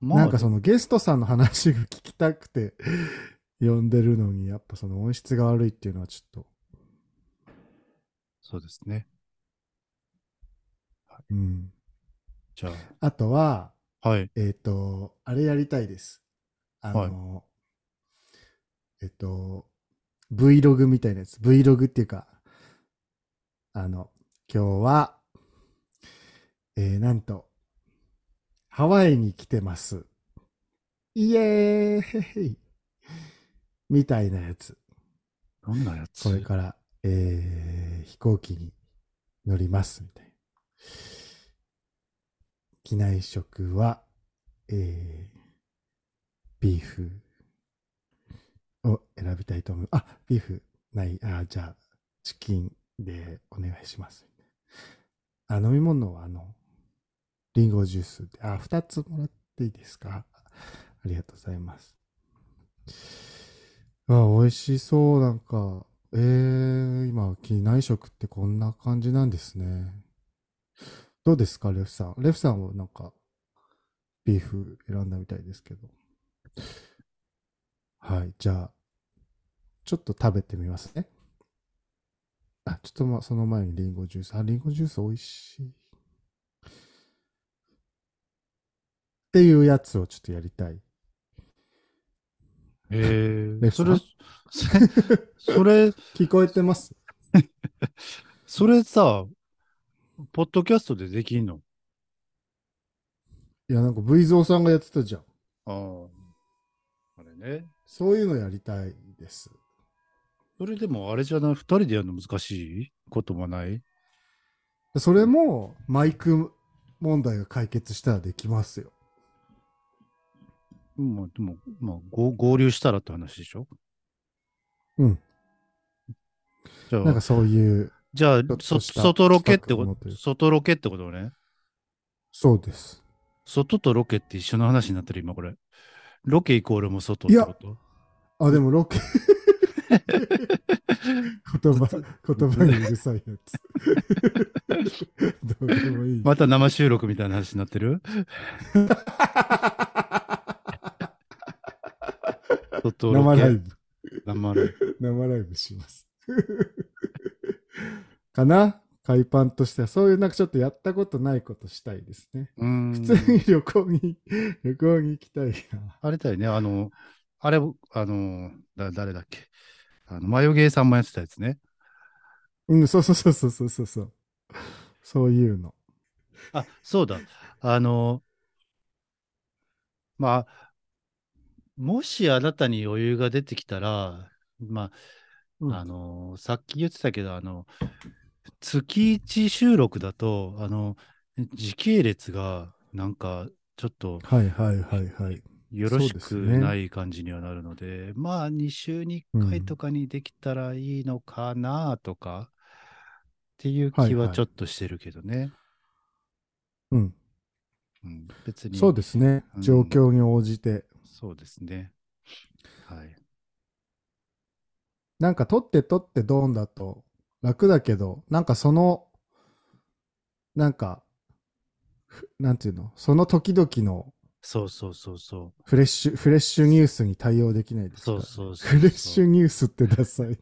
[SPEAKER 1] まあ
[SPEAKER 2] なんかそのゲストさんの話が聞きたくて、 [LAUGHS] 呼んでるのに、やっぱその音質が悪いっていうのはちょっと、
[SPEAKER 1] そうですね。
[SPEAKER 2] うん。
[SPEAKER 1] じゃ
[SPEAKER 2] あとは、
[SPEAKER 1] あ、はい。
[SPEAKER 2] えっ、と、あれやりたいです。あの、えっ、と、Vlog みたいなやつ。Vlog っていうか、あの、今日は、えーなんと、ハワイに来てます。イエーイ [LAUGHS] みたいなやつ。
[SPEAKER 1] どんなやつ
[SPEAKER 2] これから、えー飛行機に乗ります、みたいな。機内食は、えービーフを選びたいと思う。あ、ビーフない。あ、じゃあ、チキンでお願いします。あ、飲み物は、あの、リンゴジュースで。あ、二つもらっていいですかありがとうございます。あ、美味しそう、なんか。えー、今、機内食ってこんな感じなんですね。どうですか、レフさん。レフさんはなんか、ビーフ選んだみたいですけど。はい、じゃあ、ちょっと食べてみますね。あ、ちょっとま、その前にリンゴジュース。あ、リンゴジュース美味しい。っていうやつをちょっとやりたい。
[SPEAKER 1] ええ
[SPEAKER 2] レフ
[SPEAKER 1] そ
[SPEAKER 2] さ
[SPEAKER 1] れ
[SPEAKER 2] ん、 [LAUGHS]
[SPEAKER 1] そそれ、
[SPEAKER 2] 聞こえてます
[SPEAKER 1] それさ、ポッドキャストでできんの
[SPEAKER 2] いや、なんか V ゾーさんがやってたじゃん。
[SPEAKER 1] ああ。あれね。
[SPEAKER 2] そういうのやりたいです。
[SPEAKER 1] それでもあれじゃない、二人でやるの難しいこともない
[SPEAKER 2] それもマイク問題が解決したらできますよ。
[SPEAKER 1] まあ、でも、まあ、合合流したらって話でしょ
[SPEAKER 2] うん。
[SPEAKER 1] じゃ
[SPEAKER 2] なん
[SPEAKER 1] あ
[SPEAKER 2] か、そういう、
[SPEAKER 1] じゃあ
[SPEAKER 2] ょっ、と
[SPEAKER 1] そ
[SPEAKER 2] した
[SPEAKER 1] 外ロケってこ
[SPEAKER 2] 企画も
[SPEAKER 1] と
[SPEAKER 2] という、か
[SPEAKER 1] 外ロケってことね。
[SPEAKER 2] そうです。
[SPEAKER 1] 外とロケって一緒の話になってる、今これ。ロケイコールも外ってこと
[SPEAKER 2] あ、でもロ
[SPEAKER 1] [LAUGHS]
[SPEAKER 2] ケ。言葉、言葉にうるさいやつ。
[SPEAKER 1] [LAUGHS]
[SPEAKER 2] どうでもいい。
[SPEAKER 1] また生収録みたいな話になって
[SPEAKER 2] [LAUGHS]
[SPEAKER 1] る外ロ
[SPEAKER 2] 生
[SPEAKER 1] ケ
[SPEAKER 2] ライブ、
[SPEAKER 1] 生ライブ
[SPEAKER 2] 生ライブします。 [LAUGHS] かな海パンとしては、そういうなんかちょっとやったことないことしたいですね。
[SPEAKER 1] うーん
[SPEAKER 2] 普通に旅行に、旅行に行きたいな。
[SPEAKER 1] あれだよね、あの、あれ、あの、だ誰だっけ。あの、マヨゲーさんもやってたやつね。
[SPEAKER 2] うん、そうそうそうそうそうそうそう。そういうの。
[SPEAKER 1] あ、そうだ。あの、まあ、もしあなたに余裕が出てきたら、ま
[SPEAKER 2] うん
[SPEAKER 1] あ、あの、さっき言ってたけど、あの、月1収録だと、あの、時系列が、なんか、ちょっと、
[SPEAKER 2] はいはいはいはい。
[SPEAKER 1] よろし
[SPEAKER 2] そうで
[SPEAKER 1] く
[SPEAKER 2] すね
[SPEAKER 1] ない感じにはなるので、まあ、2週に1回とかにできたらいいのかなとか、っていう
[SPEAKER 2] はい
[SPEAKER 1] 気
[SPEAKER 2] は
[SPEAKER 1] はいちょっとしてるけどね。
[SPEAKER 2] うん。
[SPEAKER 1] うん、別に、
[SPEAKER 2] そうですね。
[SPEAKER 1] うん
[SPEAKER 2] 状況に応じて。
[SPEAKER 1] そうですね。はい。
[SPEAKER 2] なんか取って取ってドーンだと楽だけど、なんかその、なんか、ふなんていうのその時々の
[SPEAKER 1] そうそうそうそ
[SPEAKER 2] フレッシュ、フレッシュニュースに対応できないで
[SPEAKER 1] う。
[SPEAKER 2] すか
[SPEAKER 1] そう
[SPEAKER 2] ら
[SPEAKER 1] そうそうそう。
[SPEAKER 2] フレッシュニュースってダサいな。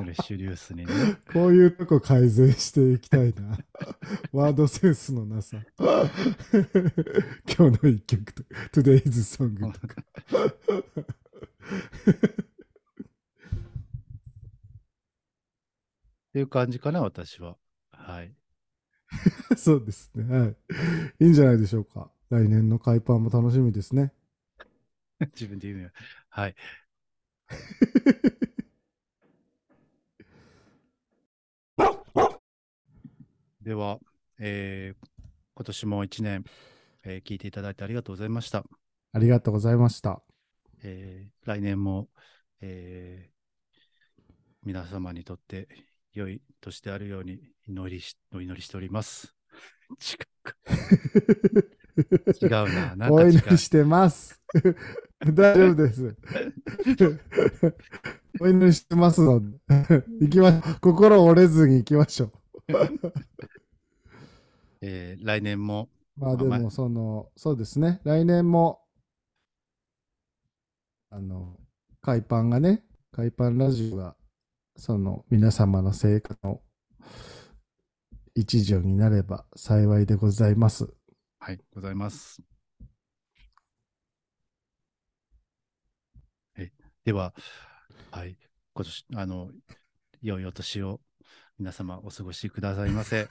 [SPEAKER 1] フレッシュニュースにね。
[SPEAKER 2] こういうとこ改善していきたい [LAUGHS] な。ワードセンスのなさ。 [LAUGHS] 今日の一曲と、Today's Song とか。
[SPEAKER 1] [LAUGHS] っていう感じかな、私は。はい。 [LAUGHS]
[SPEAKER 2] そうですね。はい。いいんじゃないでしょうか。来年の海パンも楽しみですね。
[SPEAKER 1] 自分で言うのは。はい。では、えー今年も一年、えー聞いていただいてありがとうございました。
[SPEAKER 2] [LAUGHS] ありがとうございま [LAUGHS] した。
[SPEAKER 1] えー来年も、えー皆様にとって良い年であるように祈りしお祈りしております。 [LAUGHS] 違うか違うな。なん
[SPEAKER 2] お
[SPEAKER 1] か違う
[SPEAKER 2] 祈りしてます。 [LAUGHS] 大丈夫 [LAUGHS] です。お祈りしてますので、 [LAUGHS] 行きましょう。心折れずに行きましょう。
[SPEAKER 1] えー来年も、
[SPEAKER 2] まあ
[SPEAKER 1] ま
[SPEAKER 2] で
[SPEAKER 1] あまあ
[SPEAKER 2] も、その、そうですね。来年も、あの、海パンがね、海パンラジオが、その、皆様の成果の一助になれば幸いでございます。
[SPEAKER 1] はい、ございます。えでは、はい、今年、あの、良いお年を皆様お過ごしくださいませ。